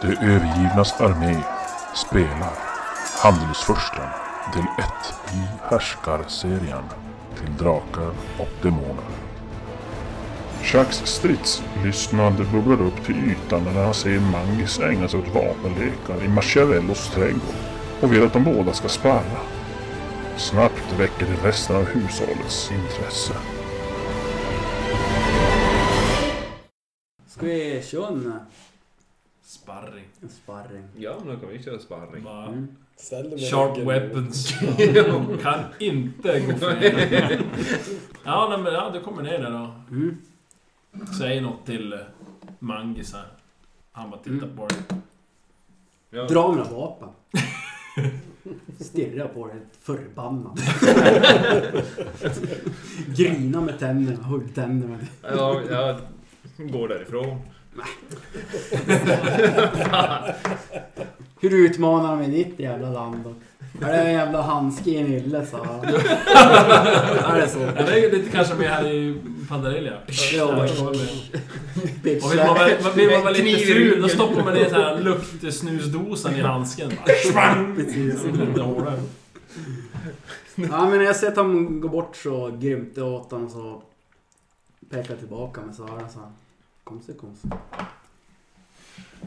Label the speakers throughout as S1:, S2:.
S1: Det övergivnas armé spelar Handelsfursten del 1 i Härskarserien till Drakar och Demoner. Jacks stridslystnad bubblar upp till ytan när han ser Mangis ägna sig åt vapenlekar i Machiavellos trädgård och vill att de båda ska sparra. Snabbt väcker det resten av hushållets intresse.
S2: Ska vi köra en,
S3: Sparring.
S2: en sparring?
S4: Ja, men då kan vi köra sparring.
S3: Bara
S2: Mm.
S5: Ställ dig med
S3: Sharp
S5: ryggen
S3: weapons.
S4: Ja.
S3: kan inte gå fel. ja, nej, men, ja, du kommer ner där då.
S2: Mm.
S3: Säger något till eh, Mangis här. Han bara tittar
S2: Mm.
S3: på dig.
S4: Ja.
S2: Dra mina vapen. Stirra på det förbannat. Grina med tänderna, hugg tänderna.
S4: Ja, jag går därifrån.
S2: Hur utmanar de i ditt jävla land då? Är det en jävla handske i en ylle sa han. Är det
S3: Ja,
S2: så?
S3: det är lite kanske mer här i Pandarelia.
S2: Ja,
S3: Där
S2: men-
S3: står det.
S2: Bitch.
S3: Och vill man, vara- man, vill man vara
S4: Kniv
S3: lite
S4: i
S3: ful, då
S4: ryggen.
S3: stoppar man ner så här luktsnusdosan i handsken. Bara, Svang!
S2: Precis.
S3: Lite hårdare.
S2: Ja men när jag ser att han går bort så grymtar jag åt honom och så pekar jag tillbaka med Sara så här. Kom så kom så.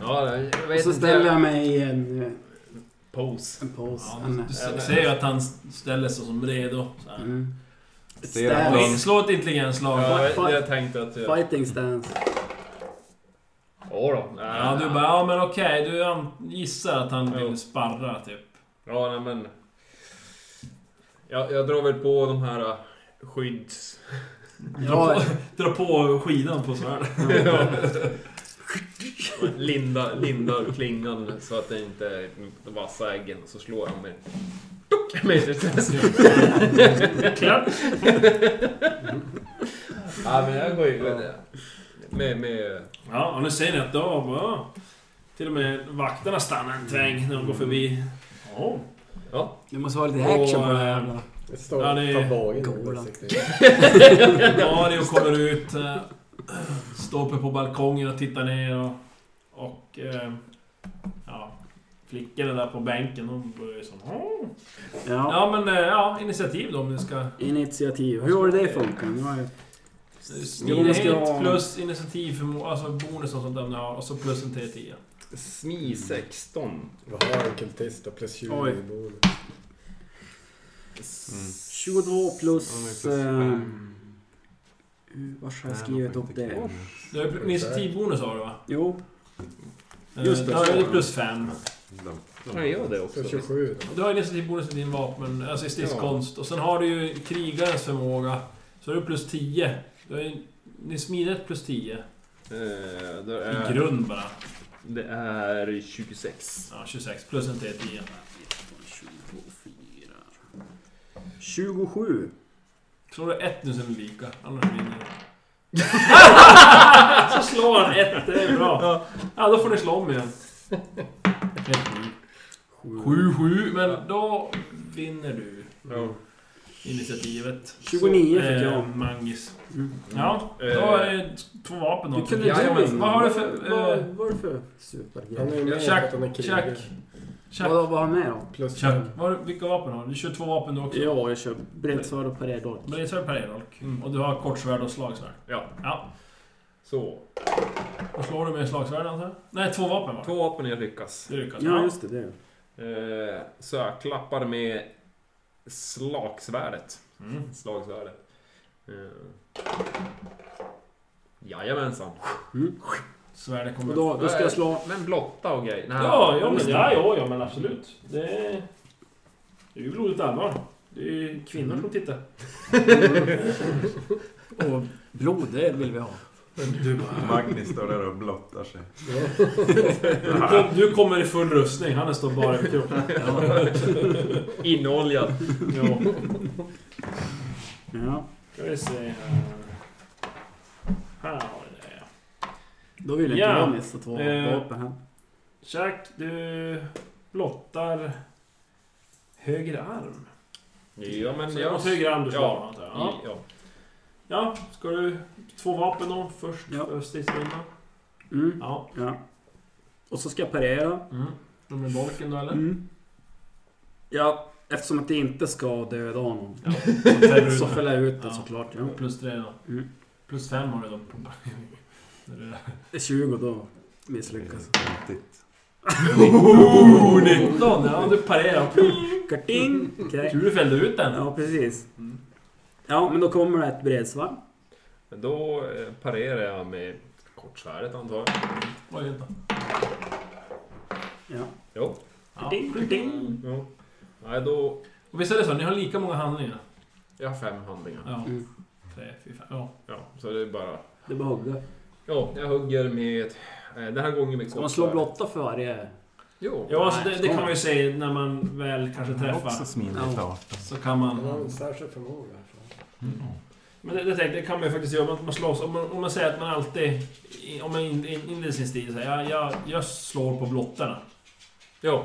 S4: Ja, jag vet
S2: Och så
S4: inte.
S2: ställer jag mig i en, eh,
S4: Pose.
S2: en pose.
S3: Ja,
S2: en,
S3: du ser- ser ju att han ställer sig som redo. Så här.
S2: mm. Ett
S6: Ser att
S2: stance.
S3: Slå- Slå ett intelligensslag.
S4: Ja,
S2: Fight,
S4: jag,
S2: fight.
S4: jag tänkte att... Jag...
S2: Fighting stance.
S4: Ja, då. Nej,
S3: Ja, du bara ja men okej, du an- gissar att han vill sparra typ.
S4: Ja, nej men... Jag, jag drar väl på de här äh, skydds...
S3: Dra
S2: Ja,
S3: på, dra på skidan på svärdet.
S4: Ja. linda, linda klingan så att det inte är de vassa äggen. Så slår jag med... Tok! Med det.
S3: Klart.
S4: Ja, men jag går ju... Med... med
S3: Ja, och nu ser ni att då... Ja, till och med vakterna stannar en tväng när de går förbi. Ja.
S4: ja.
S2: det måste vara lite action på det här jävla...
S5: Det står
S3: Ja, det är
S5: på bagen nu,
S2: Golan.
S5: basically.
S3: Mario kommer ut. eh, Står uppe på balkongen och tittar ner och... Och... eh, Ja. Flickorna där på bänken, de börjar ju som... "Åh."
S2: Ja.
S3: Ja, men eh, ja, initiativ då om ni ska...
S2: Initiativ. Hur var det det funkar? Nu har jag... Jo, men
S3: Smidighet
S2: ska jag-
S3: plus initiativ, för, alltså bonus och sånt där ni har, och så plus en T10.
S4: Smi 16.
S5: Vad har en kultist då? Plus 20
S2: Oj.
S5: i bordet.
S2: 22 plus...
S6: Ja, men
S2: Eh,
S6: plus
S2: var har jag skrivit upp det?
S3: Du har ju pl- initiativbonus har du va?
S2: Jo,
S3: Eh,
S2: Just det.
S3: Ja, det är plus fem.
S4: Kan jag göra det
S5: Så
S4: också?
S5: 27 då.
S3: Du har initiativbonus i din vapen, alltså i stridskonst. Och sen har du ju krigarens förmåga. Så har du plus 10. Du har ju din smidighet plus 10.
S4: Eh, det,
S3: I
S4: är,
S3: grund bara.
S4: det är 26.
S3: Ja, 26 plus en T10.
S2: 27.
S3: Slår du ett nu så är det lika, annars vinner du. så slår han ett, det är bra. Ja, då får ni slå om igen. Helt ny. 7, 7, men då vinner du
S4: Ja.
S3: initiativet.
S2: 29 fick
S3: Eh,
S2: jag.
S3: Mangis.
S2: Mm.
S3: Ja, då är det två vapen
S2: Du
S3: då.
S2: kunde
S4: Jajamän.
S2: du
S3: Vad har du för...
S2: Vad
S3: Eh,
S2: vad har du för
S5: Han är
S2: supergrej?
S5: ju med
S3: Check,
S5: för att han är krigare.
S3: check, check.
S2: Vad vad har jag med då?
S5: Plus
S3: Kör.
S5: fem.
S3: Vad har du- vilka vapen har du? Du kör två vapen du också?
S2: Ja, jag kör bredsvärd och pareradolk.
S3: Men det är så här per Edolk. Och du har kortsvärd och slagsvärd.
S4: Ja,
S3: Ja.
S4: så.
S3: Då slår du med slagsvärd antar jag? Nej, två vapen va?
S4: Två vapen jag lyckas.
S3: Det lyckas.
S2: Ja, just det. det.
S4: Eh, så jag klappar med slagsvärdet.
S3: Mm.
S4: Slagsvärdet. Eh. Jajamensan.
S3: Mm. Svärdet
S2: Mm. Och
S3: kommer...
S2: då, då ska jag slå...
S4: Men blotta och grej. Nej.
S3: Ja, ja, men, ja, ja, ja, men absolut. Det är, det är ju blodigt allvar. Det är ju kvinnor som tittar.
S2: Och blod, det vill vi ha.
S6: Magnus står där och blottar sig.
S3: Du, kom, du kommer i full rustning, han står bara i kropp.
S4: Inoljad.
S3: Ja.
S2: Ja,
S3: Ska vi se här. Här har vi det.
S2: då vill inte
S3: Ja.
S2: jag missa två
S3: Eh.
S2: vapen här.
S3: Jack, du blottar höger arm.
S4: Ja, men
S3: Så det
S4: jag...
S3: måste höger arm du slår,
S4: Ja.
S3: antar jag. Ja.
S4: Ja. ja.
S3: ja, ska du... Två vapen då först
S2: Ja.
S3: för stridsrundan.
S2: Mm.
S3: Ja.
S2: Ja. Och så ska jag parera.
S3: Mm. De är dolken då eller?
S2: Mm. Ja, eftersom att det inte ska döda honom.
S3: Ja. Så fäller du
S2: Så
S3: den.
S2: fäller jag ut det
S3: Ja.
S2: såklart. Ja.
S3: Plus tre då.
S2: Mm.
S3: Plus fem har du då. Det är det.
S2: Det är 20 då misslyckas.
S3: Oh, Mm. 19! Ja, du parerar.
S2: Karting! Okej.
S3: Tur du fällde ut den.
S2: Ja, precis.
S4: Mm.
S2: Ja, men då kommer det ett bredsvarv.
S4: Men då eh, parerar jag med kortsvärdet antar jag.
S3: Var det inte?
S2: Ja.
S4: Jo.
S3: Ja.
S2: Ding, ding.
S4: Ja. Nej, då...
S3: Och visst är det så? Ni har lika många handlingar?
S4: Jag har fem handlingar.
S3: Ja.
S2: Mm.
S3: Tre, fyra, fem. Ja.
S4: Ja, så det är bara...
S2: Det är bara att hugga.
S4: Ja, jag hugger med... Eh, den här gången med
S2: Ska man slå blotta för varje?
S4: Jo.
S3: Ja, alltså det,
S2: Nej,
S3: det kan man ju säga när man väl kanske
S6: Också
S3: träffar.
S6: smidigt
S2: Ja.
S6: ja.
S3: Så kan
S5: Han har
S3: man...
S5: en särskild förmåga.
S3: Men det, det, tänkte, det kan man ju faktiskt göra. Man, man slår, om, man, om man säger att man alltid... i- Om man in- in- inleder sin stil säger jag, jag, jag slår på blottarna.
S4: Jo.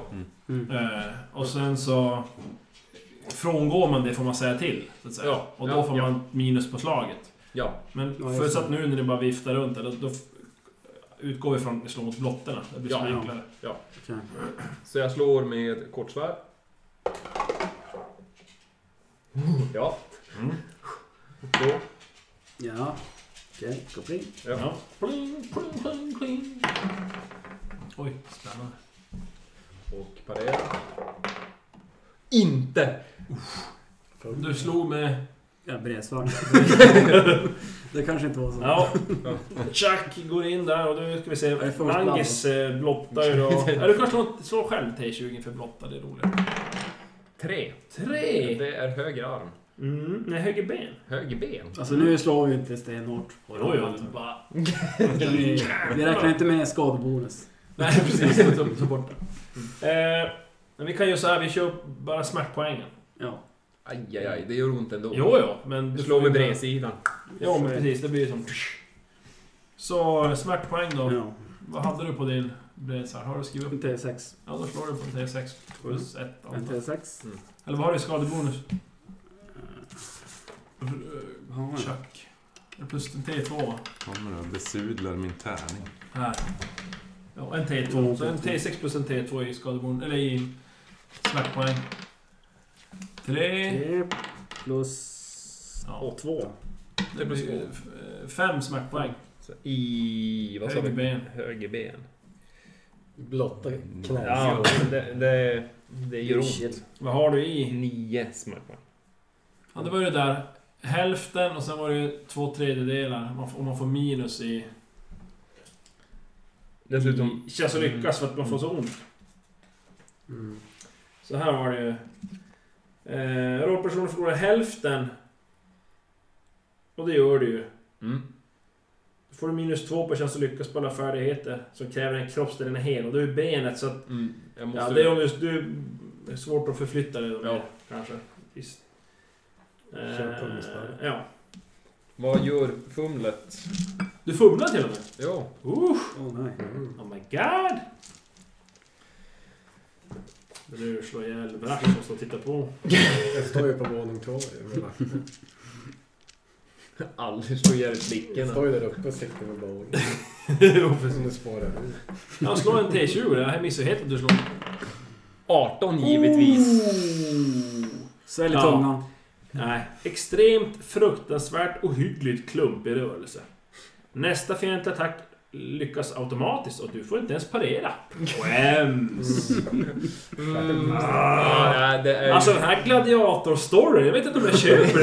S2: Mm.
S3: Eh, och sen så... Frångår man det får man säga till. Så att säga.
S4: Ja,
S3: och då
S4: ja,
S3: får
S4: ja.
S3: man minus på slaget.
S4: Ja.
S3: Men
S2: Ja, just
S3: förutsatt
S2: det.
S3: nu när ni bara viftar runt eller då f- utgår vi från att ni slår mot blottorna. Det blir så
S4: Ja.
S3: enklare.
S2: Okej.
S4: Så jag slår med kortsvärd. Ja.
S3: Mm.
S4: Då.
S2: Ja. Okej, koppling.
S4: Ja.
S3: Ja. Pling, pling, pling, pling. Oj, spännande.
S4: Och parera. Inte!
S3: Du slog med...
S2: Ja, bredsvarv. det kanske inte var så.
S3: Ja. Chuck går in där och nu ska vi se.
S2: det får man
S3: Langis eh, blottar ju då... Ja, du kan slå, slå själv T20 för blotta, det är roligare.
S4: Tre.
S3: Tre!
S4: Det är höger arm.
S3: Mm, nej, höger ben.
S4: Höger ben.
S2: Alltså nu slår vi inte stenhårt. Alltså,
S3: Oj, oj, oj. Bara...
S2: Vi, vi räknar inte med skadebonus.
S3: Nej, precis. Ta, ta bort det. Eh, men vi kan ju så här, vi kör bara smärtpoängen.
S2: Ja.
S4: Aj, aj, aj. Det gör ont ändå.
S3: Jo, jo, men...
S4: Du
S3: du
S4: slår
S3: får
S4: med
S3: ju-
S4: bredsidan.
S3: Ja, men precis. Det blir ju som... Så smärtpoäng då.
S2: ja.
S3: Vad hade du på din bredsar? Har du skrivit upp?
S2: En T6.
S3: Ja, då slår du på en T6 plus 1.
S2: En T6.
S3: Eller vad har du i skadebonus?
S2: Vad
S3: Mm.
S2: har man?
S3: Chuck. Plus en T2 va?
S6: Kommer och besudlar min tärning.
S3: Här. Ja, en T2. Så en T6 plus en T2 i skadebonus. Eller i smärtpoäng. 3.
S2: 3 plus...
S3: Ja.
S2: Och 2.
S3: Det blir 5 eh, smärtpoäng.
S4: Så I... Vad sa
S3: Höger
S4: vi?
S3: ben.
S4: Höger ben.
S5: Blotta knä.
S4: Ja, men det, det, det gör ont.
S2: Shit.
S3: Vad har du i?
S4: Nio smärtpoäng.
S3: Ja, det var ju det där hälften och sen var det ju två tredjedelar. Man får, om man får minus i...
S4: Dessutom...
S3: I chans att lyckas för att man får så ont.
S2: Mm.
S3: Så här var det ju. Eh, Rollpersonen förlorar hälften. Och det gör du ju.
S4: Mm.
S3: Då får du minus två på chans att lyckas på alla färdigheter som kräver en kroppsdel den är hel. Och det är ju benet så att...
S4: Mm. Jag måste...
S3: Ja, det är om just du... Det är svårt att förflytta dig då.
S4: Ja.
S3: Kanske. Visst. Eh,
S5: Kör på ungefär.
S3: ja.
S4: Vad gör fumlet?
S3: Du fumlar till och med.
S4: Jo.
S3: Uh,
S2: Åh nej.
S3: oh my god! Det är ju att slå ihjäl Brash som står och tittar på.
S5: Jag står ju på våning två. ju med vakten.
S4: Aldrig slå ihjäl
S5: Jag
S4: blicken.
S5: står ju där uppe och siktar på bowling.
S3: Jo,
S5: Nu spårar jag ur.
S3: Jag slår en T20 där. Jag missar ju helt att du slår.
S4: 18
S3: Oh!
S4: givetvis.
S2: Svälj
S3: Ja.
S2: Oh! tungan.
S3: Nej. Extremt fruktansvärt ohyggligt klumpig rörelse. Nästa fientliga attack lyckas automatiskt och du får inte ens parera. Skäms!
S4: Mm. Ah, nej, det är...
S3: Alltså den här gladiator-storyn, jag vet inte om jag köper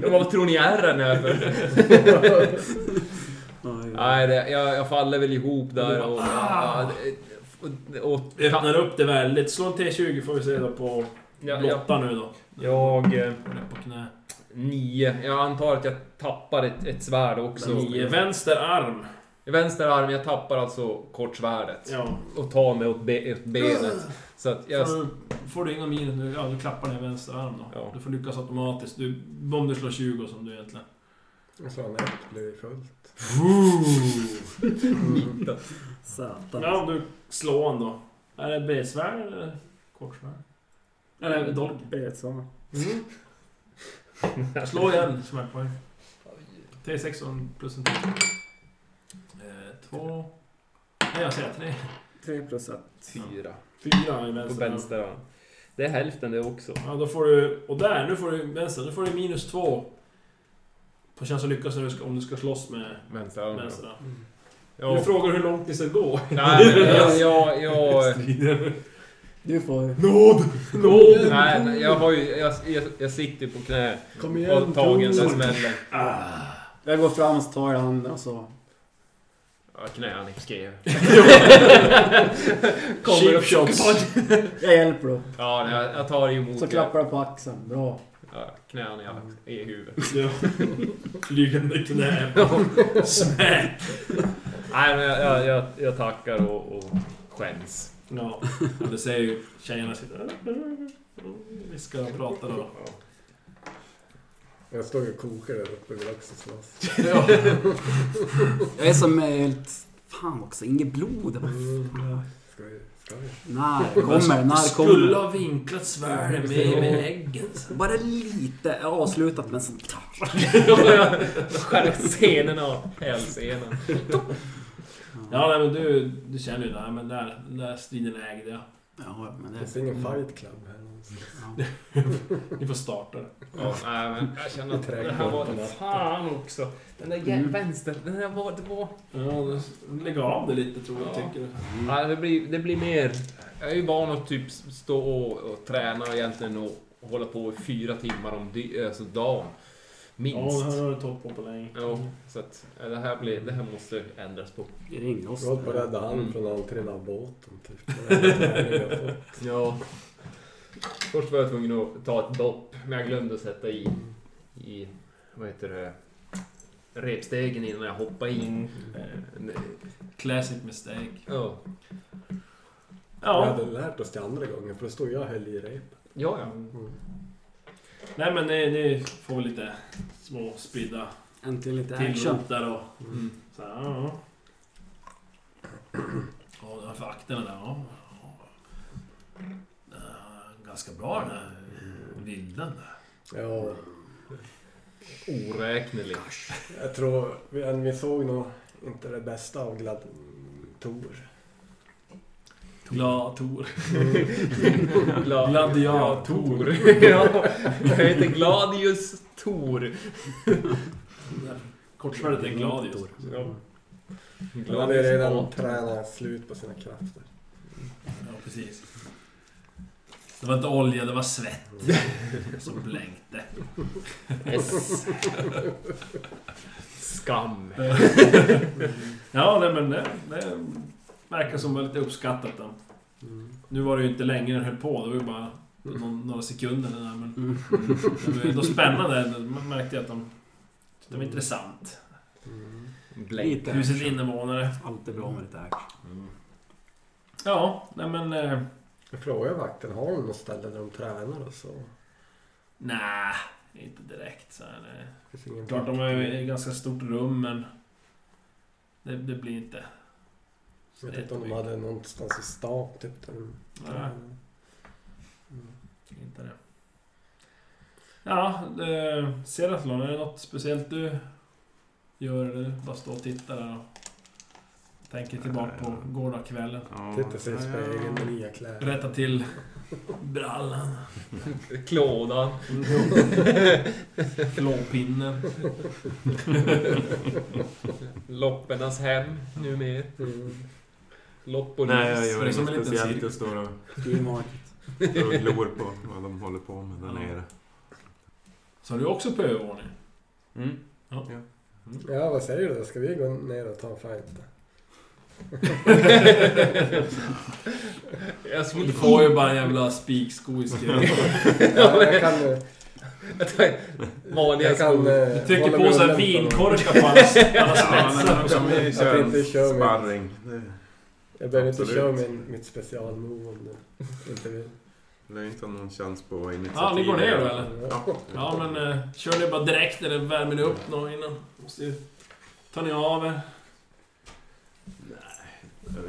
S3: den.
S4: vad tror ni är den här för?
S2: Oj, oj.
S4: nej, det, jag, jag faller väl ihop där och... Ah, det- och, och
S3: Det öppnar upp det väldigt. Slå en T20 får vi se då på
S4: jag, jag,
S3: Lotta nu då.
S4: jag... eh,
S3: Ner på knä.
S4: Nio. Jag antar att jag tappar ett, ett svärd också.
S3: Nio. Vänster arm.
S4: Vänster arm, jag tappar alltså kortsvärdet.
S3: Ja.
S4: Och tar mig åt, be, åt benet. Så att jag...
S3: Får du- Får du inga minus nu, ja du klappar ner vänster arm då.
S4: Ja.
S3: Du får lyckas automatiskt. Du, om du slår 20 som du egentligen...
S5: Och så har han ett blir fullt.
S2: Satan.
S3: Ja, om du slår han då. Är det bredsvärd eller kortsvärd? Eller dolk?
S2: Bredsvarv.
S3: Mm. Slå igen smärtpoäng. T6 och en plus en till. Eh, två. Nej, jag säger tre.
S2: Tre plus ett.
S4: Fyra.
S3: Fyra i
S4: På
S3: vänster.
S4: vänster ja. Det är hälften det också.
S3: Ja, då får du... Och där, nu får du vänster. Nu får du minus två. På chans att lyckas när du ska, om du ska slåss med
S4: Vänster ja.
S3: vänster. då.
S2: Mm.
S4: Ja.
S3: Nu frågar du hur långt ni ska gå.
S4: Nej, men jag... jag, jag
S2: Du får...
S3: Nåd! Nåd!
S4: nej, nej, jag har ju... Jag, jag, jag sitter ju på knä
S2: Kom
S4: och tagen där smällen.
S2: Jag går fram och så tar jag handen och så...
S4: Ja, knä han skrev. Kommer
S3: Cheap
S4: och...
S3: shots.
S2: Jag hjälper då.
S4: Ja, nej, jag, jag tar emot.
S2: Så klappar jag på axeln. Bra.
S4: Ja, knä han i, ax- i huvudet.
S3: Ja. Flygande knä. Smack!
S4: Nej, men jag, jag, jag, jag tackar och, och skäms.
S3: Ja, och det säger ju tjejerna sitter där. Vi ska prata då.
S5: Jag står ju och kokar där uppe vid Laxåsvass.
S2: Jag är som helt... Fan också, inget blod. Vad fan.
S5: Ska vi? Ska vi?
S2: När kommer
S3: Alltså, Du
S2: När
S3: skulle
S2: kommer
S3: ha vinklat svärdet med, med äggen.
S2: Bara lite. Jag har avslutat men sen...
S4: Skär upp scenen av hälsenan.
S3: Ja, nej, men du, du känner ju det här, men där, den där striden ägde jag.
S2: Ja, men
S5: Finns
S2: det...
S5: det ingen fight club här någonstans?
S2: Ja.
S3: Ni får starta det.
S4: Ja, nej, men jag känner att det här var... Fan också! Den där jä- vänstern, den där var... Det var...
S3: Ja, lägg av det lite tror jag,
S4: Ja.
S3: tycker du.
S4: Ja, det, blir, det blir mer... Jag är ju van att typ stå och, och träna och egentligen och hålla på i fyra timmar om dy- alltså dagen.
S3: Ja,
S4: Minst.
S3: här har du topp på på länge.
S4: Jo, så att ja, det här, blir, det här måste ändras på.
S2: Ring oss.
S5: Jag håller på att rädda han
S4: Mm.
S5: från han trillade av båten typ. Det var en tärning jag fått.
S4: Ja. Först var jag tvungen att ta ett dopp, men jag glömde att sätta i, i vad heter det, repstegen innan jag hoppade in. Eh,
S3: Classic mistake.
S4: Ja,
S5: Vi
S3: Ja.
S5: hade lärt oss det andra gången för då stod jag och höll i repet.
S4: ja. ja.
S3: Nej, men ni, ni får väl lite små spridda
S2: Äntligen lite action.
S3: tillrop där och... Så här, ja. ja. Ja, den här för akterna där. Ja. Ja, Ganska bra den här vilden.
S5: Ja,
S4: Oräknelig.
S5: jag tror vi, än vi såg nog inte det bästa av gladiator.
S3: Glator.
S4: Gla-
S3: Gladiator.
S4: ja, jag heter Gladius Tor.
S3: Kortsvärdet är
S2: Mm.
S3: gladius.
S4: Ja.
S5: Han hade redan
S4: Tor.
S5: tränat slut på sina krafter.
S3: Ja, precis. Det var inte olja, det var svett som blänkte.
S4: S. Skam.
S3: Ja, nej, men det, det verkar som väldigt uppskattat. Då. Nu var det ju inte länge den höll på, det var ju bara någon, några sekunder. Det där, men
S2: Mm.
S3: det var ju ändå spännande. Man märkte ju att de... Det var intressant.
S4: Blänk.
S2: Lite.
S3: Husets invånare.
S2: Allt är bra med lite action.
S3: Ja, nej men... Eh,
S5: Jag frågade vakten, har de något ställe där de tränar och så?
S3: nej, inte direkt. Så här, eh. nej.
S5: Finns ingen
S3: Klart de är i ett ganska stort rum, men... Det, det blir inte...
S5: Jag vet inte om de hade någonstans i stan typ. Där de...
S3: Nej, inte det. Ja, det, Seratlon, är det något speciellt du gör? Eller bara stå och titta där och tänker tillbaka på gårdagskvällen?
S6: Ja.
S5: Titta sig i spegeln med nya kläder.
S3: Rätta till brallan,
S4: Klådan.
S3: klåpinnen.
S4: Loppernas hem numera.
S5: Mm.
S4: Lopp och
S6: Nej, jag
S4: lus.
S3: Det
S6: gör
S3: är som en
S6: inget
S3: liten
S6: speciellt.
S3: cirkus.
S6: Jag står och,
S2: Skrivmarket.
S6: står och glor på vad de håller på med där
S3: Ja.
S6: nere.
S3: Så har du också på övervåningen.
S6: Mm.
S5: Ja, vad säger du då? Ska vi gå ner och ta en fight?
S4: Jag smog
S3: Du får ju bara en jävla spiksko i skallen.
S5: Ja, jag kan, eh,
S4: vanliga
S5: jag kan
S4: skor.
S5: eh,
S3: Du trycker
S5: hålla
S3: på såhär
S5: munnen
S3: vinkorkar på alla spetsar.
S6: Ja, men vi kör
S5: Jag tänkte
S6: en
S5: köra med-
S6: sparring. Det-
S5: Jag behöver inte
S6: Absolut.
S5: köra min, mitt specialmove om du inte vill.
S6: Det är inte någon chans på initiativ.
S3: Ja, ni går ner då eller?
S6: Ja.
S3: Ja men eh, kör ni bara direkt eller värmer ni upp någon innan? Måste ju... Tar ni av er?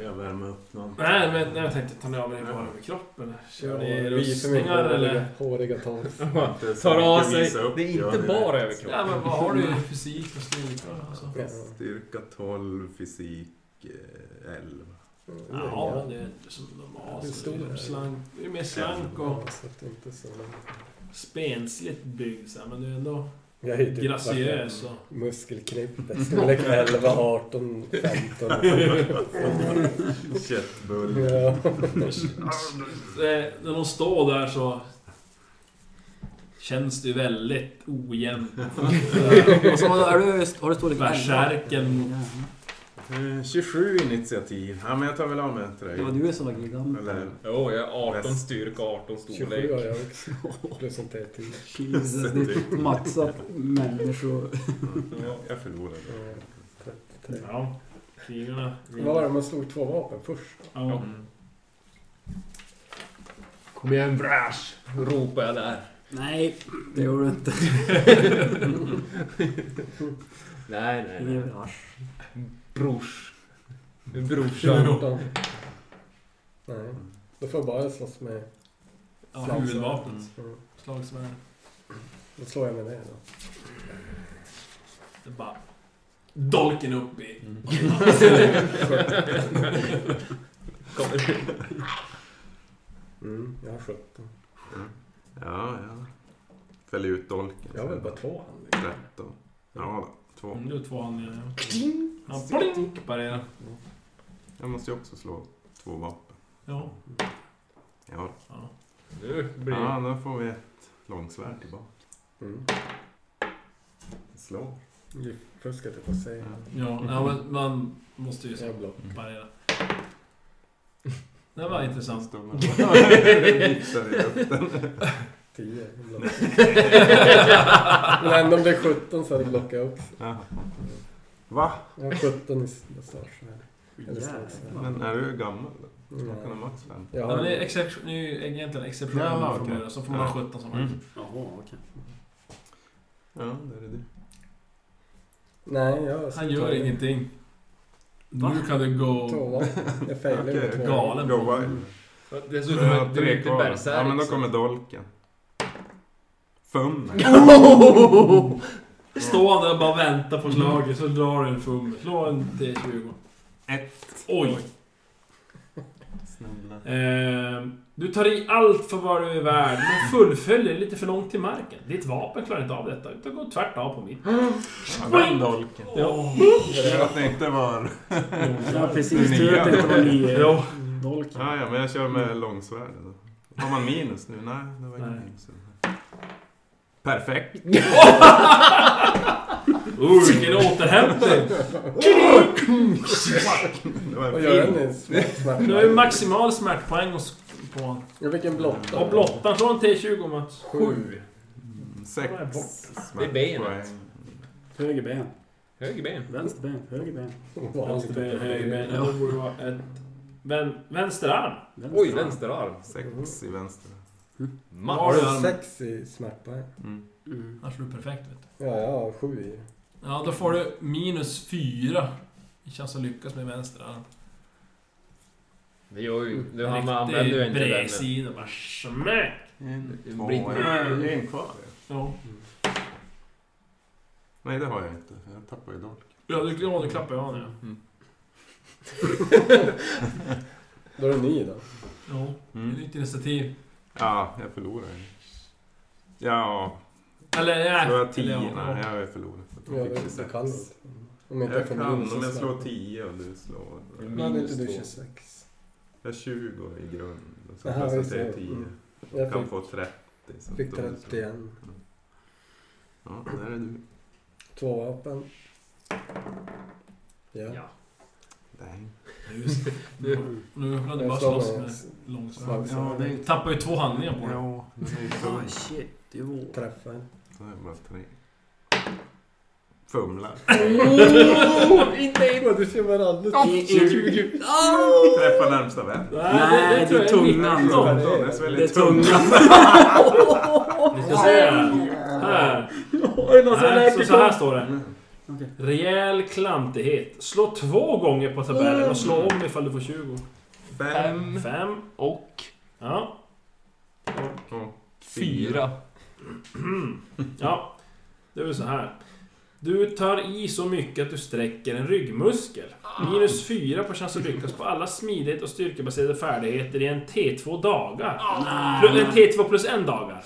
S6: Jag värmer upp någon.
S3: Nej men nej, jag tänkte, tar ni av er bara över kroppen? Kör ni
S5: Visa mig
S3: rustningar
S5: håriga-
S3: eller?
S5: Håriga tals.
S6: Inte så
S4: Tar av
S6: mycket
S4: sig.
S6: visa upp,
S4: Det är
S6: gör
S4: inte
S6: det.
S4: bara överkropp.
S3: Ja men vad har du i fysik och styrka? Alltså?
S5: Ja.
S6: Styrka 12, fysik eh, elva.
S3: Ja, men det är inte som de har.
S5: Det är
S3: så Det är,
S5: stor.
S3: slank, det är mer slank och
S5: Ja, så att det inte är så långt.
S3: spensligt byggd så här, men det är ändå
S5: Jag är ju typ
S3: graciös. Och...
S5: Muskelknippet. Storlek 11, 18, 15.
S6: Köttbull.
S5: Ja.
S3: Eh, När de står där så känns det ju väldigt ojämnt.
S2: Och så har du, har du storlek
S3: Bärsärken.
S6: Eh, 27 initiativ. Ja, men jag tar väl av mig till dig.
S2: Det var du som var gigan.
S6: Eller
S4: Jo, jag är 18 styrka, 18 storlek.
S5: 27 har jag också. Plus en T10.
S2: Jesus, det är typ maxat människor.
S6: ja, jag förlorade.
S5: Ja, 33.
S3: Ja, krigarna.
S5: Vad var det? Man slog två vapen först.
S3: Ja.
S4: Kom igen Brash! Ropar jag där.
S2: Nej, det gjorde du inte.
S4: Nej, nej,
S2: Ingen
S4: nej.
S2: rush.
S4: Brors.
S6: Mm.
S4: Brorsan.
S5: Nej. Då får jag bara slåss med...
S3: Ja,
S5: Slagsvärd.
S3: huvudvapnet.
S5: Mm.
S3: Slagsvärd.
S5: Då slår jag med det då.
S3: Det är bara... Dolken upp i...
S4: Kommer.
S5: Mm, jag har 17.
S6: Ja, ja. Fäll ut dolken.
S5: Jag har väl bara två hand.
S6: 13. Ja, då. två.
S3: Mm, Du har två handlingar. ja. Ja, plink! Parera.
S6: Jag måste ju också slå två vapen.
S3: Ja.
S6: Ja, då.
S3: ja.
S4: Nu blir
S6: ja då får vi ett långsvärd tillbaka.
S5: Mm.
S6: Slå.
S5: Du fuskade på sig.
S3: Ja, ja, men man måste ju
S5: Jag block.
S3: parera. Det var intressant.
S6: Står man- Viftar i luften.
S5: 10. Men ändå om det är 17 så hade jag blockat också.
S6: Ja. Va?
S5: Jag har 17 i massage. här. Eller slagsvärd.
S6: Men är du gammal? Då kan ha
S5: Mm.
S6: max fem.
S5: Jag
S3: Ja, men det är,
S5: har...
S3: exception, det är ju egentligen exceptionellt
S6: Ja,
S3: ja, från
S6: okej.
S3: början, så får man
S6: Ja.
S3: 17 som
S6: Mm.
S3: mm.
S2: Jaha, okej.
S6: Ja, det är det.
S5: Nej, jag...
S3: Han gör ingenting.
S2: Va?
S3: Nu kan du gå...
S5: Två vapen. Jag failade med
S6: Okej,
S5: två.
S3: galen.
S6: Go wild.
S4: Dessutom,
S6: Jag
S4: är
S6: har
S4: du är
S6: tre
S4: inte
S6: kvar.
S4: berserk.
S6: Ja, men då kommer dolken. Fummel.
S3: Står han där och bara väntar på slaget så drar du en fummel. Slå en T20. Ett. Oj!
S6: Snälla.
S3: Eh, du tar i allt för vad du är värd, men fullföljer lite för långt till marken. Ditt vapen klarar inte av detta, utan går tvärt av på mitt.
S6: Ja, Den dolken.
S3: Ja.
S6: Jag att det inte var...
S2: Ja, precis. Tur att det inte var nio.
S3: Ja.
S2: Dolken.
S6: Ja, ja, men jag kör med långsvärdet. då. Har man minus nu? Nej, det var
S3: Nej.
S6: inget minus. Perfekt.
S3: Uh, vilken återhämtning!
S6: Det var en
S5: Vad gör
S6: fin.
S5: den i smärtmarknaden?
S3: Nu är det maximal smärtpoäng hos- på honom.
S5: Jag fick en blotta.
S3: Och blottan. Slå en T20 Mats.
S5: Sju.
S3: Vad är
S6: Sex
S3: bort?
S4: Det är benet.
S6: smärtpoäng.
S2: Höger ben.
S4: Höger ben.
S2: Vänster ben. Höger ben.
S3: Vänster ben, höger ben. Ja, Det borde vara ett... Vän, vänster arm.
S2: Vänster
S4: Oj,
S2: arm.
S4: vänster arm.
S6: Sex i vänster.
S3: Har
S5: Har
S3: du
S5: du
S3: armen?
S5: sex i smärtpoäng?
S6: Mm.
S2: Mm.
S3: Annars är du perfekt vet du.
S5: Ja, jag har sju i.
S3: Ja, då får du minus fyra i chans att lyckas med vänster arm.
S4: Det gör ju... Du
S3: En
S4: hamnar-
S3: riktig
S4: använder ju inte den.
S3: bredsida bara smäck!
S6: En,
S4: Det
S6: två,
S4: blir-
S6: en. Det är en kvar.
S3: Ja.
S6: Nej, det har jag inte. Jag tappade ju dolken.
S3: Ja, du, ja, du klappar jag nu.
S5: Då är det ny då.
S3: Ja.
S6: Mm.
S3: Nytt initiativ.
S6: Ja, jag förlorade. Ja,
S3: Eller nej.
S6: slår jag
S3: Äh, eller,
S6: tio?
S3: ja, ja.
S6: Nej, jag är förlorad. För då
S5: Ja,
S6: fick
S5: det
S6: vi
S5: så
S6: sex.
S5: kan du. Om inte
S6: Jag
S5: får
S6: kan
S5: minus
S6: om jag
S5: så
S6: slår
S5: snabbt.
S6: 10 och du slår...
S5: Ja, det är inte
S4: Minus
S5: du
S4: två.
S5: 26.
S6: Jag är 20 i grund. Och sen
S5: Jaha,
S6: plus
S5: visst,
S6: att jag är
S5: ja.
S6: 10.
S5: Mm. Jag
S6: kan
S5: fick,
S6: få 30. Så
S5: fick
S6: då är det
S5: 30 igen.
S6: Ja, där är du.
S5: Två vapen. Ja.
S3: Ja.
S6: Nej.
S3: Just det. Nu- Nu öppnar du bara
S5: Jag
S3: slåss
S5: slår
S3: med
S5: med
S3: långsvärd.
S5: slagsvärd.
S6: det är
S3: Du tappar ju två handlingar på dig.
S6: Ja, det är ju
S2: Ah,
S6: så.
S2: shit. Det var...
S5: Träffar.
S6: Så är det bara tre. Fumlar.
S5: Inte in! Du ser varandra.
S6: Träffar närmsta vän.
S2: Nej, det är tungan.
S3: Ja,
S6: Det är
S2: Det är
S6: väldigt tungt.
S2: tungan.
S3: Vi ska se här. Här. Här, så, så här står det.
S2: Okej.
S3: Rejäl klantighet. Slå två gånger på tabellen och slå om ifall du får 20.
S6: Fem
S4: Mm.
S3: Fem och... Ja.
S6: och
S3: Mm. Ja, det är väl så här. Du tar i så mycket att du sträcker en ryggmuskel. Minus 4 på chans att lyckas på alla smidighet och styrkebaserade färdigheter i en T2 dagar. Plus, en T2 plus en dagar.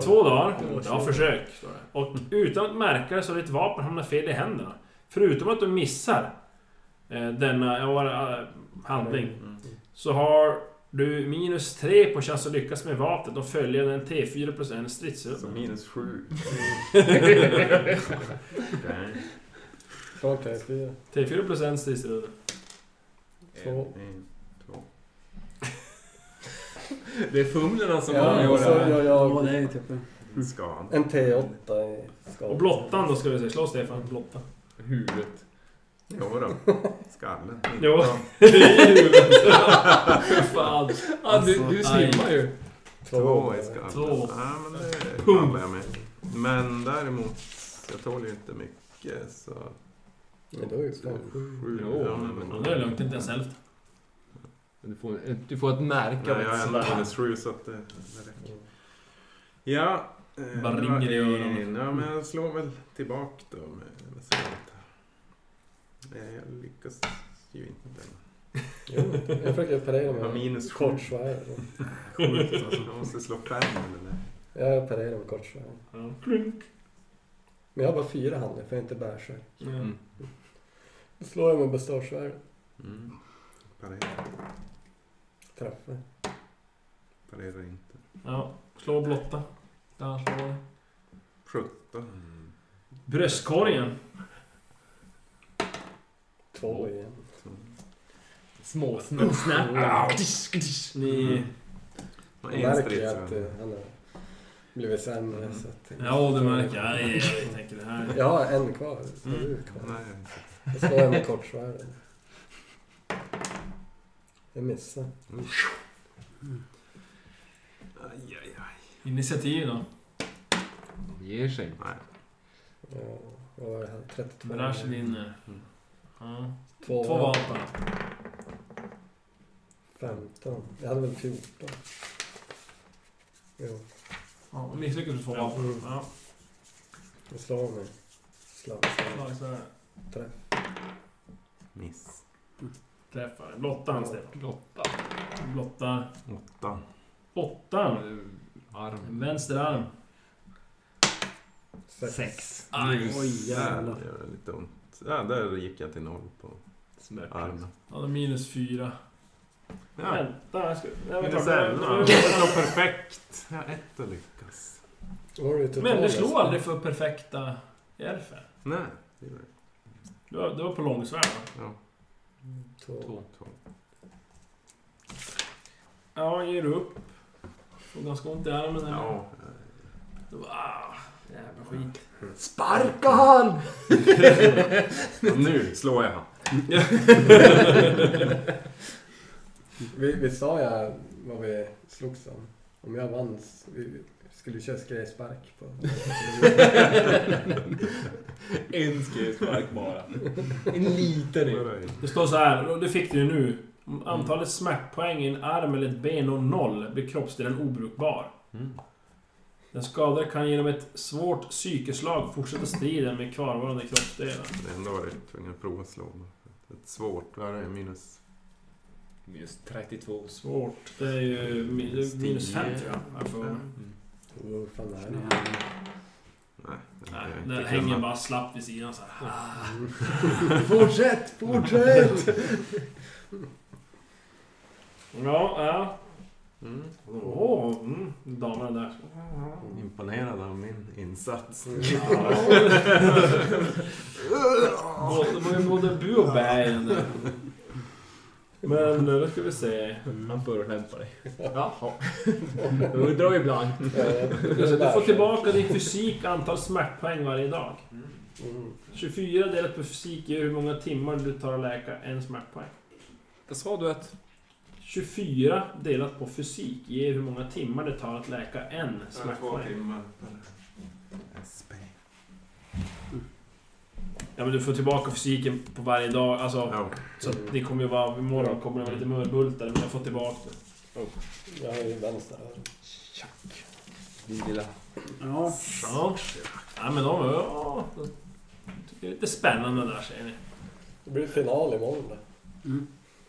S3: Två dagar. Ja, försök. står det. Och utan att märka det så har ditt vapen hamnat fel i händerna. Förutom att du missar eh, denna ja, vad det- eh, handling. Så har du minus 3 på chans att lyckas med vapnet och följer en T4 plus en
S6: Så
S3: stridsrunda.
S6: minus sju. Nej.
S2: Från T4.
S3: T4 plus en stridsrunda.
S2: Två.
S6: En, en, två.
S4: Det är fumlerna
S3: Alltså,
S4: som
S2: Ja, och så
S4: avgör det här.
S2: gör
S7: Ja,
S2: jag
S7: det är ju typ en...
S6: Skada.
S2: en T8 i skada.
S3: Och blottan då ska vi säga. Slå Stefan, blotta.
S4: Huvudet.
S6: Jodå. Skallen.
S3: Jo.
S6: Ja.
S3: Fy fan.
S4: Ah, du, du
S3: Alltså, aj.
S4: svimmar ju.
S6: Två i skallen.
S3: Två.
S6: Ja, men det
S3: Pum.
S6: pallar jag med. Men däremot, jag tål ju inte mycket så...
S2: Men då är ju fan sju.
S6: Sju.
S4: Jo,
S6: Ja, men-
S3: Ja, Det är lugnt, inte ens hälften.
S4: Du får, du får ett märke av
S6: Nej, jag
S4: ett
S6: har ändå
S4: svärd.
S6: minus sju så att det, det räcker. Ja. eh,
S3: Bara
S6: det
S3: ringer i
S6: var
S3: öronen.
S6: en. Ja, men jag slår väl tillbaka då med, med sånt. Nej, jag lyckas ju inte.
S2: Jo, jag försöker parera
S6: Jag har
S2: med
S6: minus sju.
S2: kortsvärd.
S6: Sjukt alltså. Jag måste slå fem eller det.
S2: Jag parerar med kortsvärd.
S3: Ja.
S2: Men jag har bara fyra handlingar för jag är inte bärsärk.
S3: Mm.
S2: Då slår jag med bestårsvärd.
S6: Mm. Parera,
S2: Träffar.
S6: parera inte.
S3: Ja. Slå och blotta. Där slår du.
S6: 17.
S3: Bröstkorgen.
S2: Två
S6: Mm.
S2: igen.
S6: Så.
S3: Småsnäppar. Ni...
S6: Och
S2: Jag
S6: En
S2: märker ju att
S6: stridsvärd.
S2: eh, han har blivit sämre. Så att,
S3: Ja, det märker jag. Nej, Jag tänker det här.
S2: Jag har en kvar. Så
S6: Mm.
S2: du är kvar.
S6: Nej, inte.
S2: Jag slår en med kortsvärden. Jag missar.
S6: Aj, aj, aj.
S3: Initiativ då.
S4: De ger sig.
S6: Nej.
S2: Ja, vad var det här? 32?
S3: Brash vinner.
S6: Mm.
S3: Ja.
S2: Två,
S3: Två vapen.
S2: 15. Jag hade väl 14. Jo,
S3: Ja, Misslyckas du två vapen. Ja. Mm.
S2: jag slår mig. Slag, slag.
S3: Slag, slag.
S6: Miss.
S3: Träffar. Blottar han Stefan.
S4: Blotta.
S3: Blottar.
S6: Åtta.
S3: Åttan.
S4: Arm.
S3: Vänster arm.
S2: Sex.
S3: Aj.
S7: Oj
S6: Där
S7: jävlar.
S6: gör det lite ont. Ja, där gick jag till noll på
S4: Smärtlöst.
S6: armen.
S3: Han har minus fyra.
S6: Ja.
S3: Vänta, jag ska... Det var
S6: Men det
S3: klart.
S6: är
S3: Det var-
S6: nog perfekt. Jag har ett att lyckas.
S2: Då var det alltså. ju totalt
S3: Men du slår
S2: nästan.
S3: aldrig för perfekta järfer.
S6: Nej, det gör jag.
S3: Du var, du var på långsvärd va?
S6: Ja,
S2: Två.
S4: Två.
S6: två.
S3: Ja, ger du upp. Får ganska ont i armen. eller?
S6: Ja,
S3: Det var, ah, jävla skit.
S7: Sparka han!
S6: och nu slår jag han.
S2: Vi, vi sa ja vad vi slogs om. Om jag vann, s- vi skulle köra skrejspark på...
S4: En skridskospark bara. En liten en.
S3: Det står så här, och det fick du ju nu. Om antalet smärtpoäng i en arm eller ett ben och noll blir kroppsdelen obrukbar.
S6: Mm.
S3: Den skadade kan genom ett svårt psykeslag fortsätta striden med kvarvarande kroppsdelar.
S6: Ändå var jag tvungen att prova att slå. Ett svårt, vad är det? Minus...
S4: Minus 32.
S3: Svårt. Det är ju mi- minus fem tror jag. jag. får-
S6: Mm.
S2: Vad fan är det?
S6: Nej,
S3: Nej,
S6: jag
S3: det
S6: inte
S3: hänger
S6: kunna.
S3: bara slappt vid sidan så här.
S2: Ah. Fortsätt! Fortsätt!
S3: Ja, ja.
S6: Mm.
S3: Åh, mm. damerna där.
S6: Imponerad av min insats.
S3: Både- Det var ju både bu och bä i den där. Men eh, då ska vi se.
S4: Han förolämpar dig. Jaha. Du drar ju blankt.
S3: Du får tillbaka din fysik antal smärtpoäng varje dag.
S2: Mm.
S3: 24 delat på fysik är hur många timmar du tar att läka en smärtpoäng.
S4: Vad sa du att...
S3: 24 delat på fysik ger hur många timmar det tar att läka en
S6: Två
S3: smärtpoäng.
S6: timmar per SP.
S3: Ja men du får tillbaka fysiken på varje dag, alltså.
S6: Ja,
S3: Så att det kommer ju vara... Imorgon kommer det vara lite mörbultare, men jag får tillbaka det.
S2: Jag har ju vänster öra.
S4: Din lilla...
S7: Ja.
S3: Ja. Ja, men de... Ja, de tycker det är lite spännande där, säger ni.
S5: Det blir final imorgon då.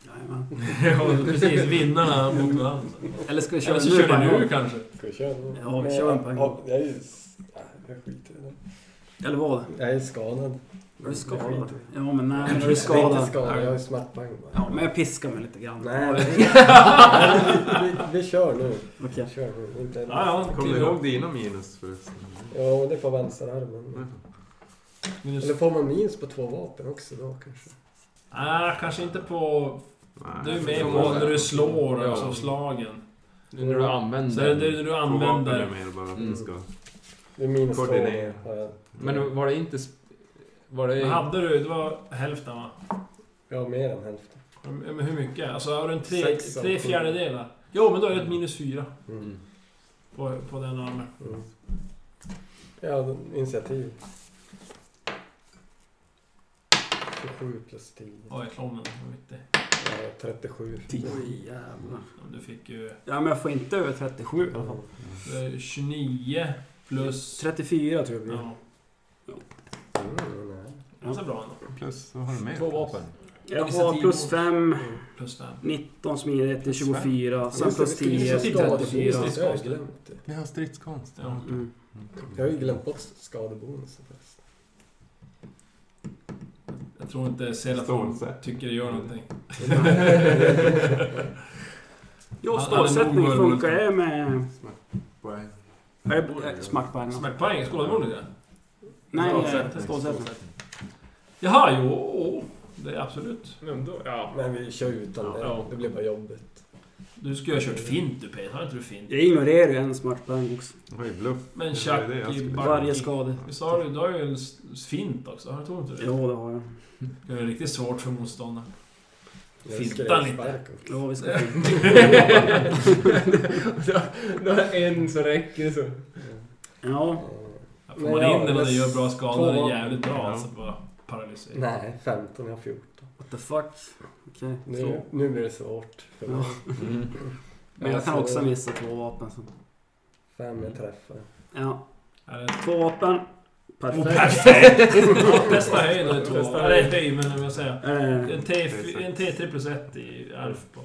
S2: Jajamän.
S3: Ja, precis. Vinnarna mot varandra.
S2: Eller ska vi köra
S3: Eller så
S2: nu på
S3: kör
S2: en
S3: ni nu
S2: gång?
S3: kanske.
S5: Ska vi köra nu?
S2: Ja, vi kör en på en gång.
S5: Ja, Jag är ju... nej, Jag skiter i det.
S2: Eller vad?
S5: Jag är skadad.
S2: Är du
S5: Jag
S2: skadad?
S5: skiter i
S2: Ja, men nej,
S5: det.
S2: men är
S5: Jag
S2: du
S5: är inte
S2: skadad?
S5: skadad, jag är smärtbang bara.
S2: Ja, men jag piskar mig lite grann.
S5: Nej, vi, vi, vi kör nu. Vi
S2: Okej.
S5: kör nu. Inte än.
S3: Ja, ja.
S6: Kommer du
S3: kliver upp.
S6: ihåg dina minus förresten?
S5: Ja, men det är på vänsterarmen.
S2: Mm.
S5: Eller får man minus på två vapen också då kanske?
S3: Nej, kanske inte på...
S6: Nej,
S3: Du är
S6: jag
S3: med
S6: tror
S3: på
S6: det.
S3: när du slår,
S4: Ja. Mm.
S3: alltså slagen.
S4: Nu när du använder
S3: Så är det det du
S6: Två vapen är
S3: använder.
S6: mer bara att
S4: Mm.
S6: du ska...
S5: Det är minus två.
S6: Koordinera.
S5: har jag.
S4: Men var det inte... sp- Var det...
S3: Vad hade du? Det var hälften, va?
S5: Jag har mer än hälften.
S3: Men hur mycket? Alltså har du en tre,
S5: Sex av
S3: tre
S5: sju.
S3: fjärdedelar? Jo, men då är det ett minus fyra
S5: Mm.
S4: Mm.
S3: på, på den armen.
S5: Mm. Ja, initiativ. 27 plus 10.
S3: Oj, klommen. vad viktig.
S5: Ja, 37.
S2: Oj, jävlar.
S3: Ja, Du fick ju...
S2: Ja, men jag får inte över 37 i alla fall.
S5: Mm.
S3: det är 29 Eh, plus...
S2: 34 tror jag blir.
S3: Ja,
S5: Mm, nej.
S3: ganska bra ändå.
S6: Plus, vad har du mer?
S4: Två vapen.
S2: Jag har plus 5,
S3: Plus fem.
S2: 19 smidighet till
S6: Plus fem.
S2: 24, sen
S5: Just det,
S2: plus
S5: vi skulle
S2: 10
S5: ju säga skadebonus.
S2: till 34.
S5: Jag har ju glömt det.
S6: Vi har stridskonst.
S3: Ja.
S2: Mm.
S5: Jag har ju glömt bort skadebonusen förresten.
S3: Jag tror inte Selafon
S6: Förståelse.
S3: tycker det gör någonting.
S2: Jo,
S3: Han- han är
S2: stålsättning
S3: nog
S2: funkar ju med...
S6: Poäng.
S2: Är det smackbang?
S3: Smärtpoäng? Skådemodig?
S2: Nej, eh,
S3: Stålsättning.
S2: stålsättning.
S3: Jaha, jo. oh, Det är absolut.
S4: Men då, ja.
S5: Men vi kör utan det.
S4: Ja.
S5: Det blir bara jobbigt.
S3: Du skulle ha kört fint du Peter. Har inte du fint?
S2: Jag ignorerar ju en smartbang också.
S6: Det var ju bluff.
S3: Men
S6: Det var ju det jag
S3: tjack i
S6: skulle-
S3: back-
S2: Varje skade.
S3: Visst har du? Du har ju en s- fint också. Har du tror inte det?
S2: Jo, det har jag.
S3: Det är riktigt svårt för motståndaren.
S5: Jag
S3: Fintar
S5: skrev
S3: lite.
S5: spark också.
S2: Jo, vi ska fin.
S4: Då är en så räcker det så.
S2: Ja,
S3: Får
S5: Nej,
S3: man
S5: ja,
S3: in den och
S5: men
S3: den gör bra
S5: två-
S3: skada, det är jävligt bra.
S6: Ja.
S3: Alltså bara paralyserar.
S5: Nej, 15. Jag har 14.
S2: what the fuck. Okej,
S5: Nu,
S2: så.
S5: nu blir det svårt för mig.
S2: Ja. Men jag kan
S5: Alltså,
S2: också missa två vapen. Så.
S5: Fem jag träffar.
S2: Ja,
S3: Är det
S2: två vapen.
S3: Oh,
S2: Perfekt.
S3: perfekt! Ja, Testa höjden är två.
S5: Testa
S3: Eller höjd, men vad säger jag?
S2: Eh,
S3: En T- En T3 plus 1 i ALF på.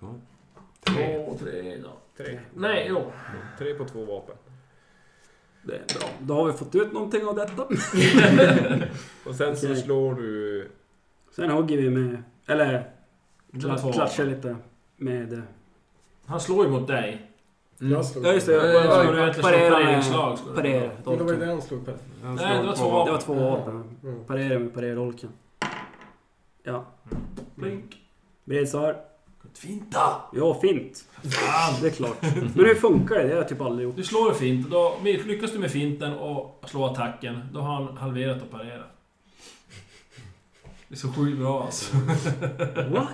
S6: Två.
S3: Två, tre, då.
S4: Tre.
S3: Nej, jo.
S4: Tre på två vapen.
S2: det är bra. Då har vi fått ut någonting av detta.
S4: Och sen så
S2: Okej.
S4: slår du...
S2: Sen hugger vi med... Eller
S3: Det var två.
S2: kla- klatschar lite med... eh,
S3: Han slår ju mot dig.
S4: Mm.
S5: Jag slog
S2: Ja, just det. Jag,
S4: Ja, ja,
S2: jag,
S3: Ska
S2: jag,
S4: ja.
S3: du egentligen slå
S2: parera
S3: pareringsslag?
S2: med...
S3: ska du?
S2: Parera.
S5: Men det var ju det
S2: dolken.
S5: han slog på.
S6: Jag
S3: Nej,
S6: slår
S3: det var
S2: Det
S3: två vapen.
S2: var två vapen.
S5: Mm.
S2: Parera med parerdolken. Ja.
S3: Mm. Blink.
S2: Bredsar.
S3: Fint då!
S2: Ja, fint.
S3: Fan.
S2: Det är klart. Men hur funkar det? Det har jag typ aldrig gjort.
S3: Du slår ju fint. och Då, lyckas du med finten och slå attacken, då har han halverat och parerat. Det är så sjukt bra alltså.
S2: What?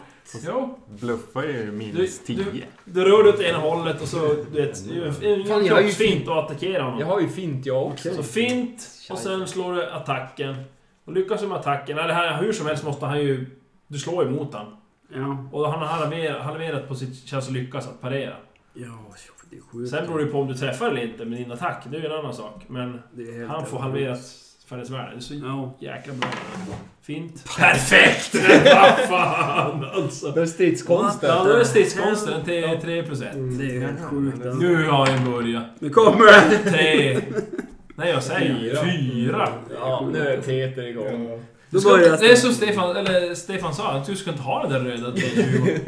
S3: Jo.
S6: Bluffar ju minus
S3: Du- du-
S6: 10.
S3: Du rör dig åt ena hållet och så... Du vet, det är ju
S4: Fan,
S3: en
S4: jag har ju
S3: kroppsfint och attackerar honom.
S4: Jag har ju fint jag också.
S3: Så fint, och sen slår du attacken. Och lyckas du med attacken, eller här, hur som helst måste han ju... Du slår ju mot han.
S2: Ja.
S3: Och han har halverat, halverat på sitt chans att lyckas att parera.
S2: Ja, det är sjukt.
S3: Sen beror det ju på om du träffar eller inte med din attack, det är ju en annan sak. Men
S2: Det är helt
S3: han får
S2: jävla-
S3: halverat färdighetsvärde. Det är så
S2: Ja.
S3: jäkla bra. Fint. Perfekt! Vad fan alltså!
S4: Det är stridskonsten.
S3: Ja, då är det stridskonsten till 3 plus 1.
S2: Det är ju helt sjukt. alltså.
S3: Mm. Nu har den börjat.
S2: Nu kommer det!
S3: Tre... Nej, jag säger
S4: Fyra.
S3: fyra.
S4: Ja, nu är Teter igång.
S2: Då
S3: Du ska,
S2: börjar
S3: det är som Stefan, eller Stefan sa, att du ska inte ha den där röda T20.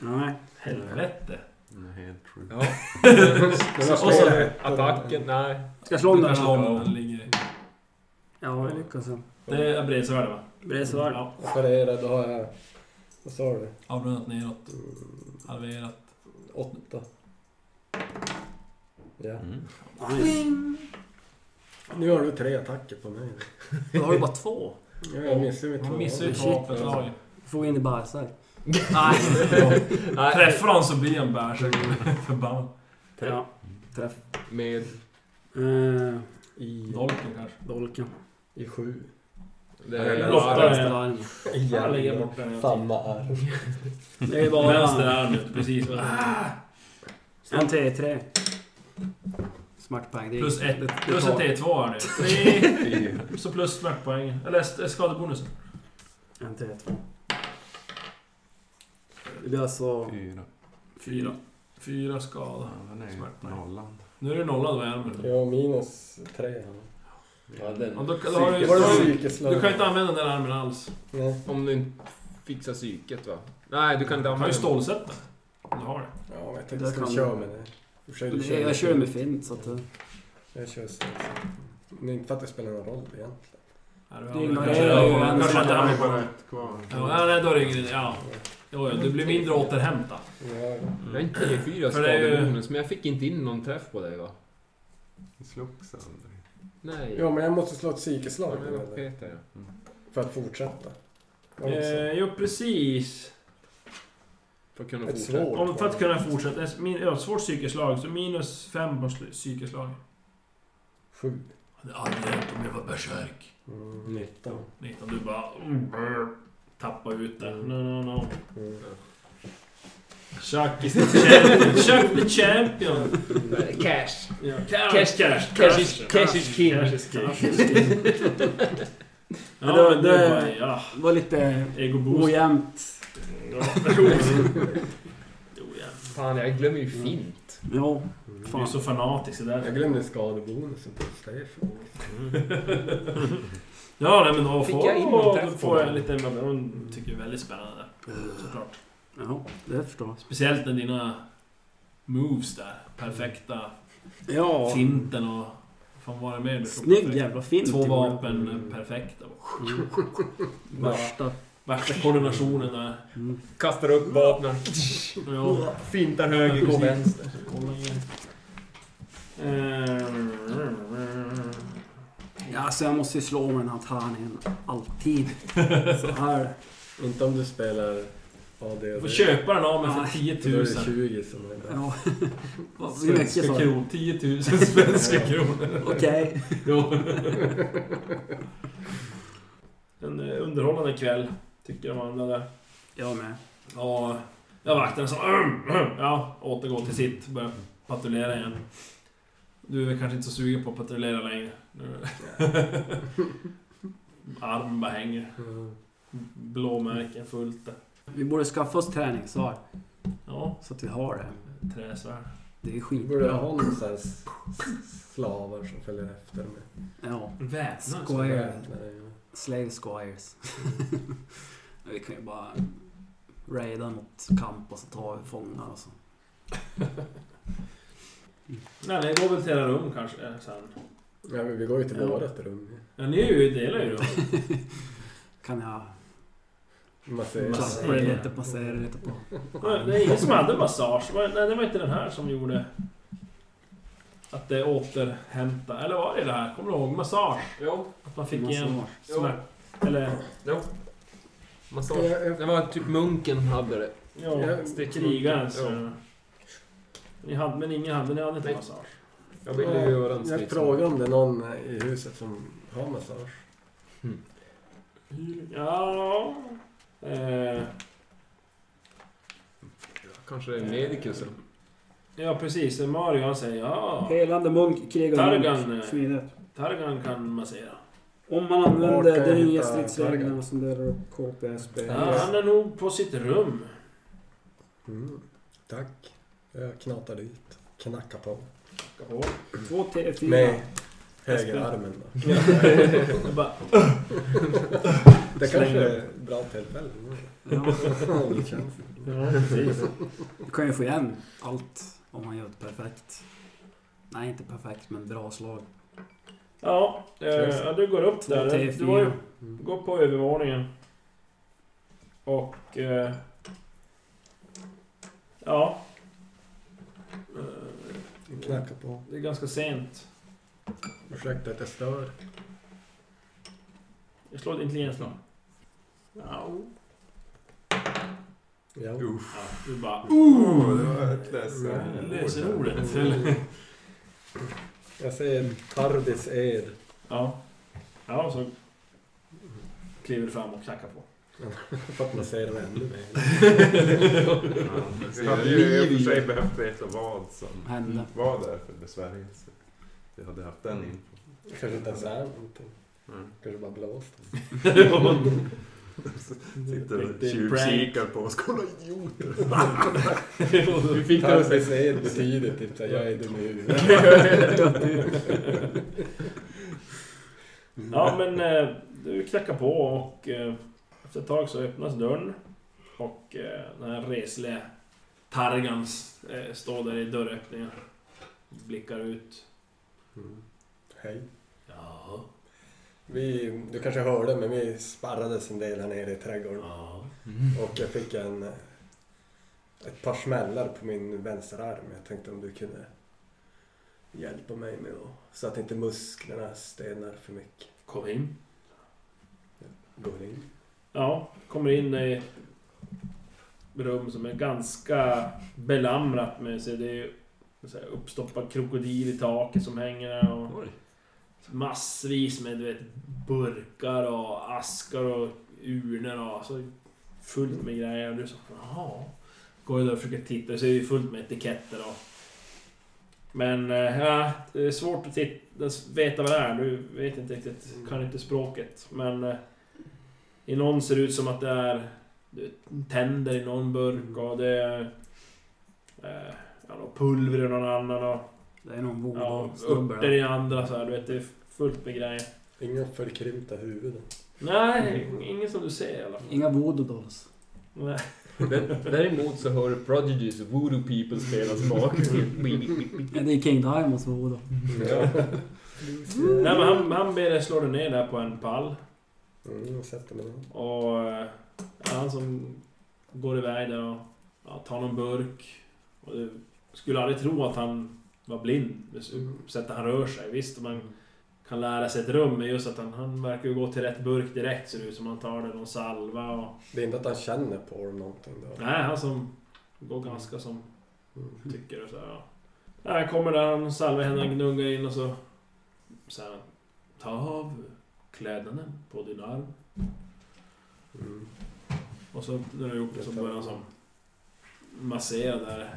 S2: Nej.
S3: Helvete.
S6: Det är helt sjukt.
S4: Ja.
S5: Och
S4: Och så attacken, nej.
S2: Ska jag slå om
S3: Du
S2: den?
S3: kan slå
S2: här?
S3: om den. ligger i.
S2: Ja, jag lyckas. sen.
S3: Det är bredsvärde va?
S2: Bredsvärd.
S3: Ja.
S5: Operera, då har jag... Vad sa du?
S3: Avrundat neråt. Halverat.
S5: Åtta. Ja.
S6: Mm.
S2: Nice.
S5: Nu har du tre attacker på mig.
S2: Då har du bara två.
S5: Jag missar ju
S3: Man missar ju
S5: två.
S3: två
S2: alltså.
S3: vapenslag.
S2: Får vi in i bärsärk. Nej.
S3: Träffar han så blir han bärsärkare. Förbannad.
S2: Ja.
S4: Med...
S2: Eh,
S5: I,
S3: Dolken kanske.
S2: dolken.
S5: I sju.
S4: Det
S6: är
S4: är
S3: Lotta.
S4: Lotta.
S2: Vänster arm.
S3: Han ligger borta.
S5: Samma arm.
S2: Det är bara
S3: Vänster arm ut, precis.
S2: en T3. Smärtpoäng. det är-
S3: Plus
S2: det-
S3: ett.
S2: det
S3: Plus ett
S2: tar-
S3: T2 här nu. Tre. Så plus smärtpoängen. Eller st- skadebonusen.
S2: En T2. Det blir alltså...
S6: Fyra.
S3: Fyra. Fyra skada.
S6: Den är ju
S3: Smärtpoäng.
S6: nollan.
S3: Nu är det nollan med armen.
S5: Ja, minus tre.
S4: Ja,
S3: Ja, då,
S4: den,
S3: då har du,
S5: Var
S3: då
S5: det
S3: har du,
S5: psykeslag?
S3: du kan inte använda den där armen alls.
S5: Nej.
S4: om du inte fixar psyket va? Nej, du kan inte
S3: Du kan ju
S4: använda den.
S3: stålsätta den. Du har det.
S5: Ja, men jag
S2: Där
S5: tänkte ska
S2: kan
S5: vi
S2: du-
S5: köra med det. I och för sig, du
S2: Nej, jag
S5: lite-
S2: kör med fint så att... eh,
S5: Jag kör så. Men inte för att det spelar någon roll egentligen.
S3: Ja, du
S2: Det
S3: har
S2: är
S3: det.
S2: ju-
S3: Kanske-
S2: det är ju-
S3: ja, Kanske inte
S2: det är ju-
S3: armen
S6: bara
S3: på
S6: ett kvar.
S3: Ja, nej, då är det ingen idé. Ja. Jo, jo, det blir mindre återhämta.
S5: Ja,
S4: Jag har inte T4
S3: För det är ju-
S4: skadebonus, men jag fick inte in någon träff på dig va?
S6: Det slogs alltså. aldrig.
S4: Nej.
S5: ja, men jag måste slå ett
S4: Ja,
S5: psykeslag
S4: men
S5: nu,
S4: vad
S5: eller?
S4: petar jag?
S5: för att fortsätta. Ja, så.
S3: Eh, jo, precis.
S4: För att kunna
S5: Ett
S4: fortsätta.
S5: svårt.
S3: Om, för att kunna fortsätta. ett Min, ja, svårt psykeslag, så minus fem på sl- psykeslag.
S5: Sju.
S3: Jag hade aldrig hänt om jag var bärsärk.
S5: Mm.
S4: Nitton.
S3: 19, du bara... Mm, brr, tappa ut det. No, no, no.
S5: Mm.
S3: Chuck is the champion. Chuck the champion.
S4: Cash.
S3: Cash, cash,
S4: Cash is- cash is king.
S3: Cash is king.
S2: Cash is king.
S3: Ja,
S2: Men det-
S3: men det
S2: det-
S3: var... Ja,
S2: Det var lite
S3: ego
S4: Oh,
S3: boost.
S2: ojämnt.
S3: Ja, ojämnt. Ojämnt.
S4: Fan, jag glömmer ju fint.
S2: Ja,
S3: Du är
S2: fan.
S3: så fanatisk det där.
S5: Jag glömde skadebonusen på Stefan.
S3: Ja, nej, men då
S4: Fick
S3: får
S4: jag in någon träff
S3: då
S4: på
S3: får jag
S4: den?
S3: lite... Hon tycker det är väldigt spännande. Såklart.
S2: Ja, det förstår jag.
S3: Speciellt när dina moves där. Perfekta
S2: Ja.
S3: finten och... Fan vad var det mer du tog?
S2: Snygg jävla fint.
S3: Två
S2: i våra-
S3: vapen eh, perfekta.
S2: Mm.
S3: Bara-
S2: Värsta.
S3: Värsta koordinationen där.
S2: Mm.
S4: Kastar upp vapnen.
S3: Ja,
S4: Fintar höger, går vänster.
S3: kolla igen. Ehm,
S2: Ja, så jag måste ju slå med den här tärningen. Alltid. Så här.
S5: Inte om du spelar AD.
S3: Du får köpa den av mig
S2: Nej.
S3: för 10
S5: Då är
S3: 000.
S5: det 20 som är bäst.
S2: Ja. Vad- Hur mycket sa du?
S3: kronor. 10 000 svenska kronor.
S2: Okej.
S3: Ja. En eh, underhållande kväll, tycker de andra där.
S2: Jag med.
S3: Ja, jag vaknade så... "Arm, arm." Ja, återgå till sitt. Börja patrullera igen. Du är väl kanske inte så sugen på att patrullera längre. Nu- Armen bara hänger.
S5: Mm.
S3: Blåmärken fullt där.
S2: Vi borde skaffa oss träningssvar.
S3: Ja,
S2: Så att vi har det.
S3: träsvärd.
S2: Det är
S5: Du borde
S2: skitbra.
S5: ha någon sån här s- slavar som följer efter med.
S2: Ja.
S3: Väpnad.
S2: Skoj.
S5: Väpnare, ja.
S2: Slave Squires. vi kan ju bara raida något kamp och så tar vi fångar och så.
S3: Nej, ni går väl till era rum kanske eh, sen.
S5: Ja, men vi går ju till
S2: Ja.
S5: vårat rum.
S3: Ja, ni är ju, delar ju rum.
S2: Kan jag
S5: Massage.
S3: Massage.
S2: klappa dig lite, passera dig lite på.
S3: Nej, Det är ingen som hade massage. Var- Nej, det var inte den här som gjorde... Att det återhämta. Eller var det det här? Kommer du ihåg? Massage.
S4: Jo,
S3: Att man fick igen
S2: Massage.
S3: smärt... Eller...
S4: jo. Massage.
S5: Jag- jag-
S4: Det var typ munken hade det.
S3: Ja,
S4: Stitch
S3: krigaren.
S4: Ja.
S3: Så. Ni hade, men ingen hade, ni hade inte
S4: Nej.
S3: massage.
S4: Jag ville ju göra en
S5: Jag
S4: stridsman.
S5: frågar om det är någon i huset som har massage.
S3: Ja... Eh,
S4: Kanske det är medikusen.
S3: ja, precis. Mario han säger ja.
S2: Helande munk, krig och
S3: Targan,
S2: munk,
S3: eh,
S2: smidigt.
S3: Targan kan massera.
S2: Om man använder
S5: Var kan
S2: de
S5: jag
S2: nya
S5: hitta
S2: stridsreglerna
S5: Targan?
S2: som delar upp KPSB.
S3: Ja, han är nog på sitt rum.
S5: Mm. Tack. Jag knatar dit. Knackar på.
S2: Två T4.
S5: Med högerarmen då.
S3: Jag bara,
S5: Det kanske är ett bra tillfälle. Mm.
S2: Ja,
S5: Ja, det känns.
S3: ja, precis.
S2: du kan ju få igen allt om man gör det perfekt. Nej, inte perfekt, men bra slag.
S3: Ja, eh, ja, du går upp
S2: Två
S3: där.
S2: T4.
S3: Du var ju Gå på övervåningen. Och... Eh, ja. Eh,
S5: Knackar på.
S3: Det är ganska sent.
S5: Ursäkta att jag stör.
S3: Jag slår ett intelligensslag. Ja.
S5: Ja.
S3: ja. Du bara...
S6: Oh, det var ett läsord.
S3: Lösenordet, eller?
S5: Jag säger Tardis Ed.
S3: Ja. Ja, så... Kliver du fram och knackar på.
S5: För att man säger det ännu mer.
S6: Vi hade ju i och för sig behövt veta vad som
S2: Hände.
S6: var där för besvärjelse. Vi hade haft den info.
S5: Kanske inte ens är någonting.
S6: Mm.
S5: Kanske bara blåst.
S6: Sitter och
S3: Riktig
S6: tjuvkikar på oss. Kolla idioter!
S5: Du fick det att säga betyder typ såhär, jag är dum i huvudet.
S3: Ja, men eh, du knackar på och eh, efter ett tag så öppnas dörren. Och eh, den här resliga Targan eh, står där i dörröppningen. Blickar ut.
S5: Mm. Hej.
S3: Ja.
S5: Vi, du kanske hörde, men vi sparrades en del här nere i trädgården.
S3: ja.
S4: Mm.
S5: Och jag fick en, ett par smällar på min vänsterarm. Jag tänkte om du kunde hjälpa mig med att, så att inte musklerna stelnar för mycket.
S3: Kom in.
S5: Går in.
S3: Ja, kommer in i ett rum som är ganska belamrat med sig. Det är så här uppstoppad krokodil i taket som hänger där. Och,
S4: Oj.
S3: massvis med du vet, burkar och askar och urnor och alltså, fullt med grejer. Och du så, jaha. Går ju där och försöker titta och så är det ju fullt med etiketter och... Men eh, ja, det är svårt att titta, veta vad det är. Du vet inte riktigt, kan inte språket. Men eh, i någon ser det ut som att det är du vet, tänder i någon burk och det är eh, ja, något pulver i någon annan och
S2: Det är någon
S3: Ja,
S2: vårdsnubbe
S3: örter i
S2: där.
S3: andra så här, du vet. Det är fullt med grejer.
S5: Inga förkrympta huvuden.
S3: Nej, ingen som du ser i alla fall.
S2: Inga voodoo dolls.
S3: Nej.
S4: Dä- Däremot så hör du Prodigies Voodoo People spelas bak.
S2: Ja, det är King Diamonds voodoo.
S3: Nej, men han, han ber dig slå dig ner där på en pall.
S5: Mm, jag sätter mig ner.
S3: Och eh, han som går iväg där och ja, tar någon burk. Och du skulle aldrig tro att han var blind. med Sättet han rör sig. Visst, man kan lära sig ett rum. Men just att han, han verkar ju gå till rätt burk direkt ser det ut som. Han tar det någon salva och...
S5: Det är inte att han känner på dem någonting då.
S3: Nej, han som går ganska som
S5: Mm.
S3: Tycker och så här, ja. Nej, Han kommer där, han salvar henne, han gnuggar in och så... så här, Ta av kläderna på din arm.
S5: Mm.
S3: Och så när du har gjort det så börjar han som... Massera där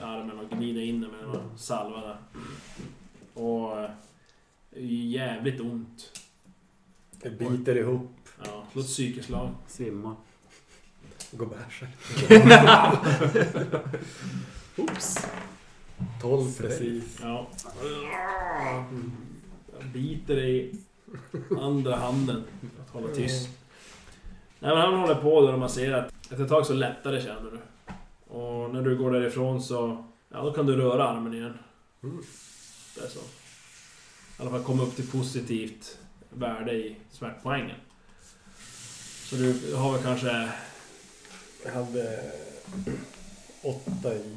S3: armen och gnida in den med en salva där. Och... eh, Det är ju jävligt ont.
S5: Det biter ihop,
S3: Ja, slå ett psykeslag.
S2: Svimmar.
S5: går bärsärk. Oops! 12 precis.
S3: Ja. Jag Mm. biter i andra handen för att hålla tyst.
S5: Mm.
S3: Nej, men han håller på där och masserar. Efter ett tag så lättar det känner du. Och när du går därifrån så... Ja, då kan du röra armen igen.
S5: Mm.
S3: Det är så. I alla fall komma upp till positivt värde i smärtpoängen. Så du har väl kanske...
S5: Jag hade åtta i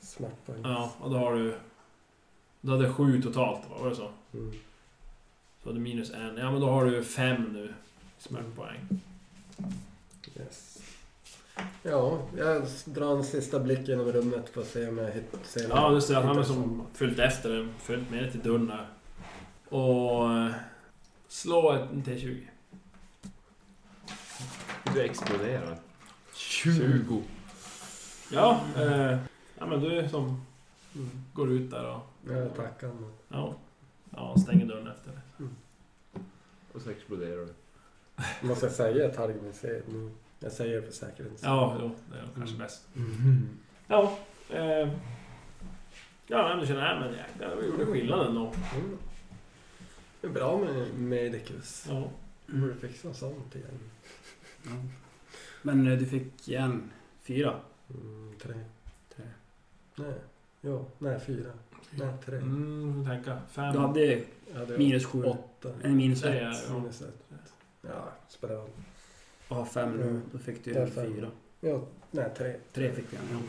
S5: smärtpoäng.
S3: Ja, och då har du... Du hade sju totalt, var det så?
S5: Mm.
S3: Så hade minus en. Ja men då har du fem nu. Smärtpoäng.
S5: Yes. Ja, jag drar en sista blick genom rummet för att se om jag hit- ser
S3: Ja
S5: något.
S3: du ser att han är
S5: Hittar
S3: som följt efter den. Följt med dig till dörren där. Och... eh, Slå ett en T20.
S4: Du exploderar. 20.
S3: Ja. Eh, ja men du som går ut där och...
S5: som- Ja, Jag tackar honom.
S3: Ja. Ja, han stänger dörren efter dig.
S4: Och så exploderar du.
S5: Måste jag säga att Hargmin ser nu? Jag säger det för säkerhets skull.
S3: Ja, jo, det är nog kanske bäst.
S5: Mm-hmm.
S3: Ja. Eh, ja, nej, men du känner, nej men jäklar, det gjorde skillnad ändå.
S5: Mm. Det är bra med Medicus.
S3: Ja.
S5: Mm. Borde fixa sånt igen.
S2: Ja. Men eh, du fick igen fyra.
S5: Mm, tre.
S2: Tre.
S5: Nej. Ja, nej, fyra. Nej, tre.
S3: Mm, får tänka. Fem.
S2: Du hade ju
S5: Jag hade
S2: minus sju.
S5: Åtta.
S2: Eller minus
S3: Det är-
S2: ett.
S3: ja.
S5: Minus ett. Ja, spelar roll.
S2: Och har fem nu.
S5: Mm.
S2: Då fick du
S5: Det är
S2: ju
S5: fem.
S2: fyra.
S5: Ja, nej, tre.
S2: Tre fick du igen.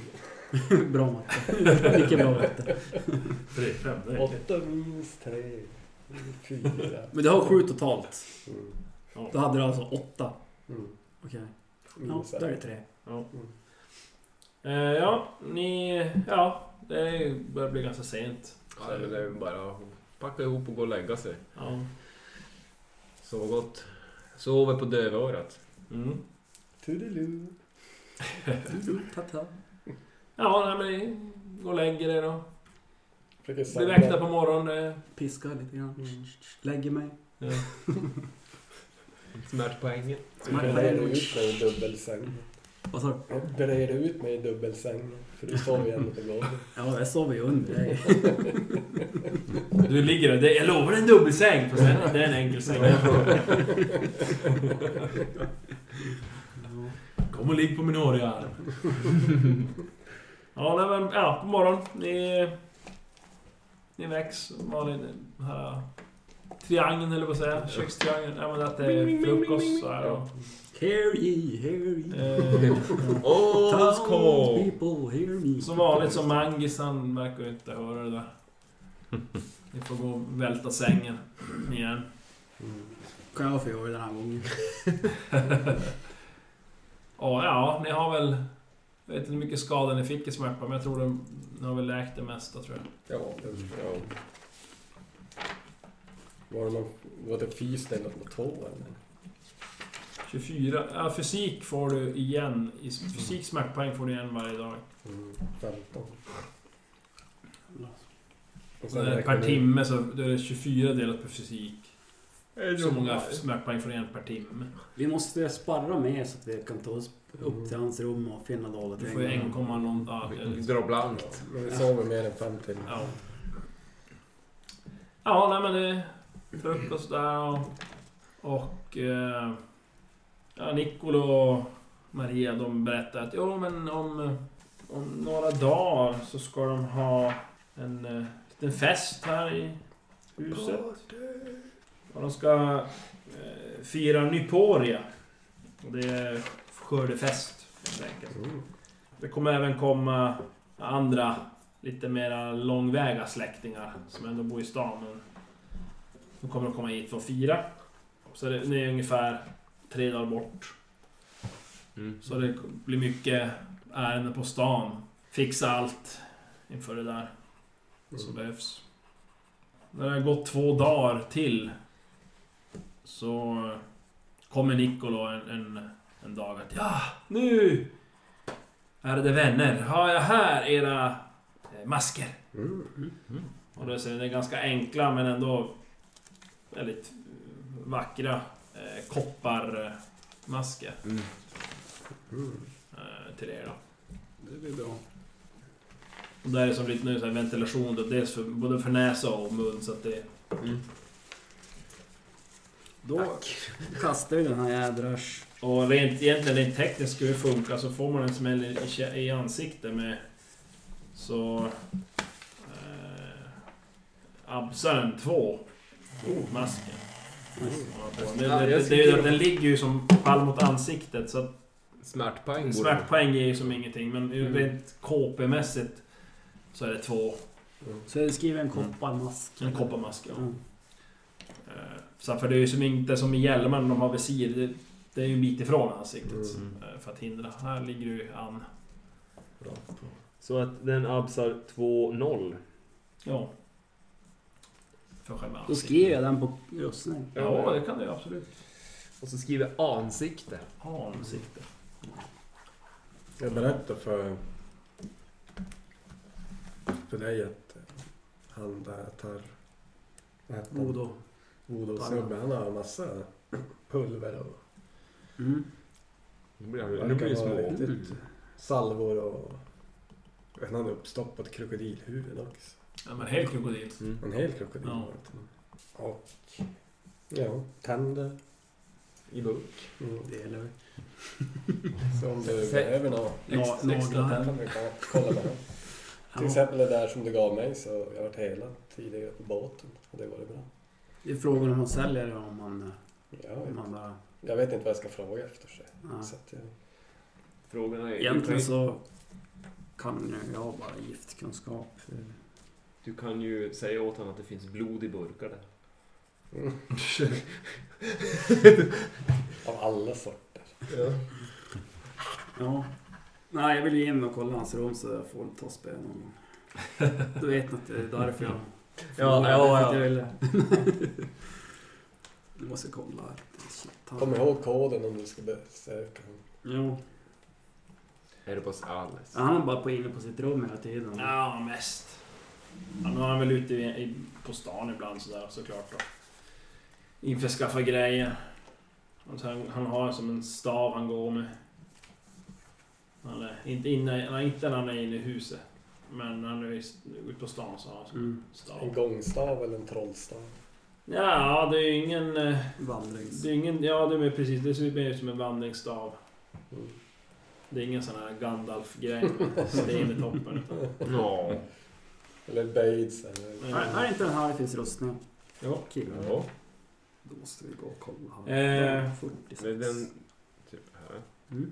S2: Ja. bra matte. Mycket bra matte.
S3: Tre, fem, det är äckligt.
S5: Åtta minus tre. Fyra.
S2: Men du har sju totalt.
S5: Mm.
S3: Ja.
S2: Då hade du alltså åtta.
S5: Mm.
S2: Okej. Ja,
S5: Minus
S2: då är det
S5: ett.
S2: tre.
S5: Mm.
S3: Eh, ja, ni... Ja, det börjar bli ganska sent.
S4: Ja, men det är bara att packa ihop och gå och lägga sig.
S3: Ja.
S4: Sov gott. Sover på dövörat.
S3: Mm.
S5: Toodiloo.
S2: Ta-ta.
S3: Ja, nej, men ni går och lägger er och
S5: Försöker
S3: Blir
S5: samla-
S3: väckta på morgonen. eh,
S2: Piskar lite grann.
S5: Mm.
S2: Lägger mig.
S4: Smärtpoängen.
S2: Smart
S5: Breder
S2: poäng.
S5: ut mig i dubbelsäng.
S2: Mm. Vad sa du?
S5: Breder ut mig i dubbelsäng. För du sov ju ändå på golvet.
S2: Ja, jag sover ju under dig.
S3: Du ligger där. Det- Jag lovar det är en dubbelsäng. För sen, det är en enkelsäng. Kom och ligg på min håriga arm. ja, nej, men, ja, på morgonen. Ni... Ni väcks. Malin, den här triangeln eller vad säger jag? Kökstriangeln. Ja, men att det är frukost så här. Och,
S2: Hear ye, hear ye.
S3: eh,
S4: Åskål!
S2: people, hear me.
S3: som vanligt som Mangis, han verkar ju inte höra det där. Ni får gå och välta sängen igen.
S2: Mm. Kan jag få göra den här gången?
S3: Ja, ja, ni har väl... Jag vet inte hur mycket skada ni fick i smärta, men jag tror de, ni har väl läkt det mesta, tror jag.
S5: Ja, det ja. Var det någon... Var det fys eller något på tå eller?
S3: 24... Ja, fysik får du igen. I fysik smärtpoäng får du igen varje dag.
S5: Mm, 15. Och sen
S3: Eh,
S5: räknar
S3: Per
S5: vi-
S3: timme så då är det 24 delat på fysik. Så många smärtpoäng får du igen per timme.
S2: Vi måste sparra mer så att vi kan ta oss upp till hans rum och finna dåligt.
S3: Du får ju 1, någon... Ja, jag liksom-
S4: Dra blankt.
S5: Men vi sover mer än fem till.
S3: ja. ja, nej men det... Frukost där och... Och... Eh, ja, Nicolo och Maria de berättar att jo men om... Om några dagar så ska de ha en eh, liten fest här i huset. Och de ska eh, fira Nyporia. Och det är skördefest helt enkelt. Det kommer även komma andra lite mera långväga släktingar som ändå bor i stan. Men de kommer att komma hit för att fira. Så det, det är ungefär tre dagar bort.
S4: Mm.
S3: Så det blir mycket ärenden på stan. Fixa allt inför det där som behövs. När det har gått två dagar till så kommer Niccolo en, en, en dag att ja, nu ärade vänner har jag här era eh, masker.
S4: Mm.
S3: Och då ser ni, det är ganska enkla men ändå väldigt eh, vackra eh, kopparmasker
S4: Mm.
S3: eh, till er då.
S6: Det blir bra.
S3: Och där är det som lite nu så här ventilation då, dels för, både för näsa och mun så att det...
S4: Mm.
S2: Då kastar vi den här jädrars...
S3: Och rent, egentligen rent tekniskt skulle det funka, så får man en smäll i, i, kä- i ansiktet med... Så... Eh, absar den två. Oh, Masken.
S4: Mm.
S3: Det, det, det, det, är ju att den ligger ju som pall mot ansiktet så att
S4: Smärtpoäng borde
S3: smärtpoäng är ju som ingenting men
S4: Mm.
S3: rent KP-mässigt så är det två.
S2: Så jag skriver en kopparmask.
S3: En kopparmask ja.
S2: Mm.
S3: Eh, Så för det är ju som inte som i hjälmen de har visir. Det, det är ju en bit ifrån ansiktet.
S4: Mm.
S3: eh, För att hindra. Här ligger du ju an.
S8: Så att den absar 2-0.
S3: Ja. För själva
S2: Då
S3: ansiktet.
S2: skriver jag den på rustning.
S3: Ja, det kan du ju absolut.
S4: Och så skriver ansikte.
S3: Ha ansikte.
S5: Jag berättade för, för dig att han där tar... vad heter han?
S2: Odo.
S5: Odo-snubbe, han har en massa pulver och
S2: Mm.
S4: Nu blir det,
S5: verkar
S4: nu blir det
S5: vara
S4: små.
S5: riktigt salvor och... Jag vet inte, Han har uppstoppat krokodilhuvud också.
S3: Ja, men helt krokodil.
S4: Mm.
S5: En hel krokodil.
S3: Ja.
S5: Och... Ja, tänder.
S4: I burk.
S5: Mm.
S2: Det är lugnt.
S5: Så om du
S4: Sä-
S5: behöver några
S3: Ja,
S5: extra, extra
S3: några.
S5: tänder kan du kolla med dem.
S2: Ja.
S5: Till exempel det där som du gav mig så jag har varit hela tidigare på båten. Och det var det bra.
S2: Det är frågan om han säljer eller om han,
S5: Jag
S2: om
S5: vet,
S2: han bara...
S5: jag vet inte vad jag ska fråga efter. Så,
S2: Ja.
S5: så att jag,
S4: Frågan är...
S2: Egentligen så kan ju jag bara giftkunskap.
S4: Du kan ju säga åt honom att det finns blod i burkar där.
S5: av alla sorter.
S2: Ja. Nej, jag vill ju in och kolla hans rum så jag får ta spö någon gång. Du vet att det är därför jag...
S4: Ja, ja,
S2: Därför att
S4: ja.
S2: Jag ville. Du måste kolla. Shit, han-
S5: Kom ihåg koden om du ska besöka honom.
S2: Jo.
S4: Är det på oss Alice?
S2: Han är bara på inne på sitt rum hela tiden.
S3: Ja, mest. Ja, nu är han väl ute i, i, på stan ibland sådär såklart då. Införskaffa grejer. Och sen, han har som en stav han går med. Han är inte, inne, nej, inte när han är inne i huset. Men när han är i- ute på stan så har han som en
S2: Mm.
S5: En
S3: stav.
S5: gångstav eller en trollstav?
S3: Ja, det är ju ingen... eh,
S2: Vandrings...
S3: Det är ingen, ja det är mer precis, det ser mer ut som en vandringsstav.
S5: Mm.
S3: Det är ingen sån här Gandalf-grej med sten i toppen. utan-
S4: Ja.
S5: Eller Bates eller...
S2: Här, här är inte den här det finns rustningar.
S4: Ja.
S2: Killar.
S4: Ja.
S2: Då måste vi gå och kolla.
S3: Eh,
S2: 46.
S4: Men den... Typ här.
S2: Mm.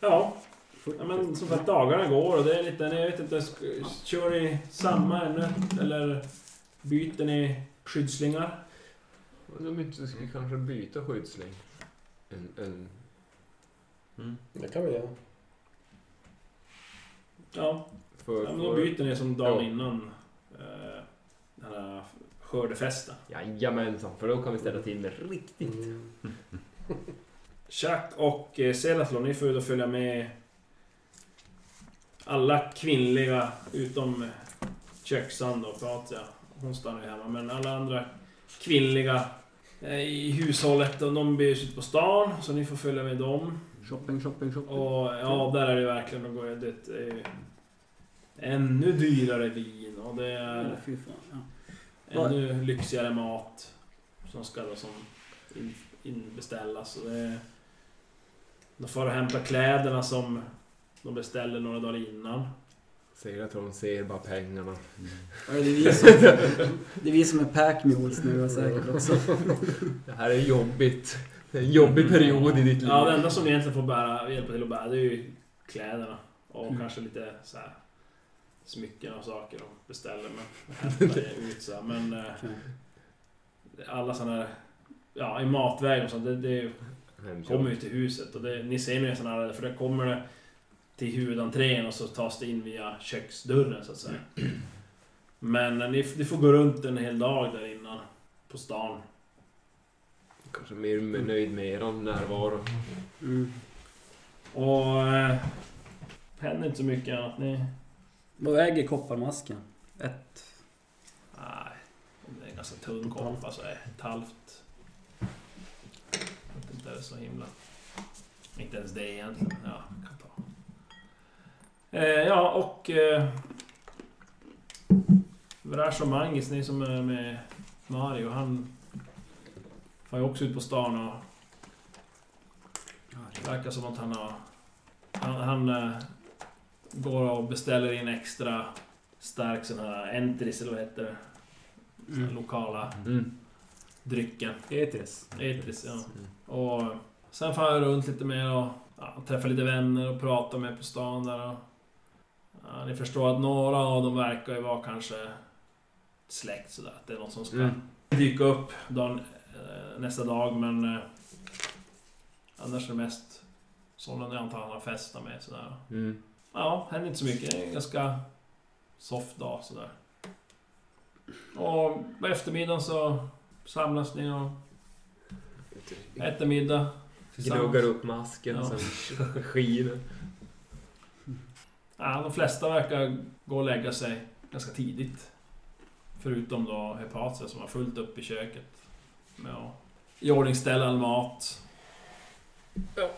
S3: Ja, ja, men som sagt dagarna går och det är lite, jag vet inte, sk- kör ni samma ämne eller byter ni skyddslingar?
S4: Undrar om inte vi skulle kanske byta skyddsling. En... en...
S5: Det kan vi göra.
S3: Ja,
S4: För,
S3: ja men då
S4: för...
S3: byter ni som dagen
S4: Ja.
S3: innan eh, den här skördefesten.
S4: Jajamensan, för då kan vi ställa till det riktigt.
S5: Mm.
S3: Chuck och eh, Selaflon, ni får ju då följa med alla kvinnliga utom eh, köksan då, Patia. Hon stannar ju hemma, men alla andra kvinnliga eh, i hushållet, de- de beger sig ut på stan, så ni får följa med dem.
S2: Shopping, shopping, shopping.
S3: Och ja, där är det verkligen, de går ju- det är ju eh, ännu dyrare vin och det
S2: Ja,
S3: är
S2: fy fan. Ja.
S3: ännu lyxigare mat som ska då som in- inbeställas. Och det, de får hämta kläderna som de beställde några dagar innan.
S4: Säger att hon ser bara pengarna.
S2: Ja, det, är vi som, det är vi som är pack mules nu säkert också. Mm.
S4: Det här är jobbigt. Det är en jobbig period i ditt liv.
S3: Ja, det enda som ni egentligen får bära, hjälpa till att bära det är ju kläderna. Och
S2: Mm.
S3: kanske lite så här smycken och saker de beställer. Men hämtar det ut så här. Men eh, alla sådana här... Ja, i matväg och sånt, det, det är
S4: Hemskt
S3: kommer ju till huset och det, ni ser ju sådana här, för det kommer det till huvudentrén och så tas det in via köksdörren så att säga. Men eh, ni, ni får gå runt en hel dag där innan på stan.
S4: Kanske mer med- nöjd med eran närvaro.
S2: Mm.
S3: Och... Eh, händer inte så mycket annat. Ni...
S2: Vad väger kopparmasken? Ett.
S3: Nej, det är en ganska tunn kopp alltså. Ett halvt. Jag vet inte, det är så himla... Inte ens det egentligen. Ja, kan ta. Eh, ja, och... Eh, Vrash och Mangis, ni som är med Mario, han... Var ju också ut på stan och det verkar som att han har... Han, han eh, går och beställer in extra stark sån här Entris, eller vad heter det? Den
S2: Mm.
S3: lokala
S4: Mm.
S3: drycken.
S2: Etris.
S3: Etris, ja. Och sen får jag runt lite mer och ja, träffa lite vänner och prata med på stan där. Och, ja, ni förstår att några av dem verkar ju vara kanske släkt sådär. Att det är något som ska
S4: Mm.
S3: dyka upp dagen, eh, nästa dag. Men eh, annars är det mest sådana jag antar han har festat med sådär.
S4: Mm.
S3: Ja, händer inte så mycket. Det är en ganska soft dag sådär. Och på eftermiddagen så samlas ni och äter middag.
S4: Gnuggar upp masken
S3: Ja.
S4: ja. sen skiner.
S3: Ja, de flesta verkar gå och lägga sig ganska tidigt. Förutom då Hepatia som har fullt upp i köket med att iordningställa all mat.
S4: Ja.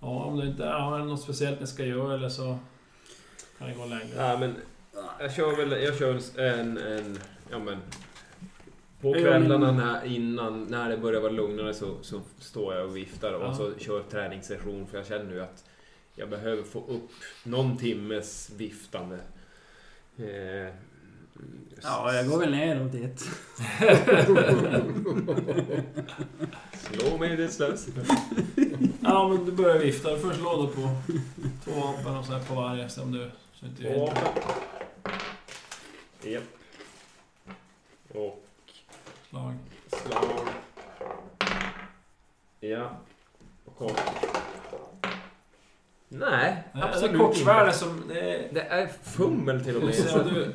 S3: Ja, om det inte ja, är det något speciellt ni ska göra eller så kan ni gå och lägga er.
S4: Ja, men jag kör väl jag kör en, en ja men på
S2: Ja,
S4: kvällarna
S2: men-
S4: när, innan, när det börjar vara lugnare så, så står jag och viftar och
S3: Ja.
S4: så kör jag träningssession för jag känner nu att jag behöver få upp någon timmes viftande. Eh,
S2: Ja, jag går väl ner och dit.
S4: Slå mig medvetslös.
S3: Ja, men du börjar vifta. Först slå då på två vapen och sen på varje. Se om du... Så inte du hittar.
S4: Japp. Och
S3: slag.
S4: slag. Ja. Och kort. Nej,
S3: Nej,
S4: absolut
S3: det är
S4: inte.
S3: kortsvärde som... Det är...
S4: Det är fummel till och
S3: Du
S4: med.
S3: ser, du,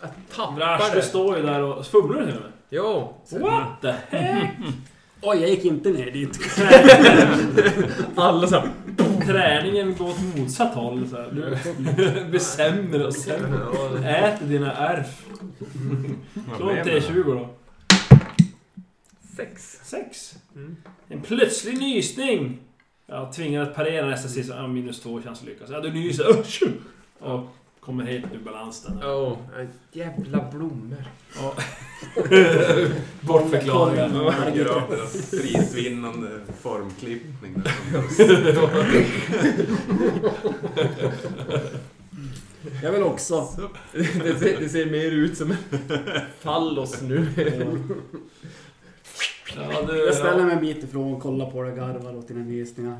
S4: Jag tappar
S3: Brash, du
S4: det.
S3: står ju där och... Fumlar du till och med?
S4: Jo.
S3: What the heck?
S2: Oj, jag gick inte ner dit.
S4: Alla så här,
S3: träningen gå åt motsatt håll. Så här. Du blir sämre och sämre. Ät dina ärf. Slå en T20 då.
S4: Sex.
S3: Sex.
S4: Mm.
S3: En plötslig nysning. Jag tvingar att parera nästa sista. Ja, minus två chans att lyckas. Ja, du nyser. Ö, tju! Och kommer helt ur balans den. här.
S4: Ja, äh, jävla blommor.
S3: Ja.
S4: Bortförklaringar.
S3: Tolv.
S6: Prisvinnande formklippning. där som görs.
S2: Jag vill också.
S4: det, ser, det ser mer ut som en fallos nu.
S3: Ja, du,
S2: Jag ställer mig en bit ifrån, kollar på det, garvar åt dina nysningar.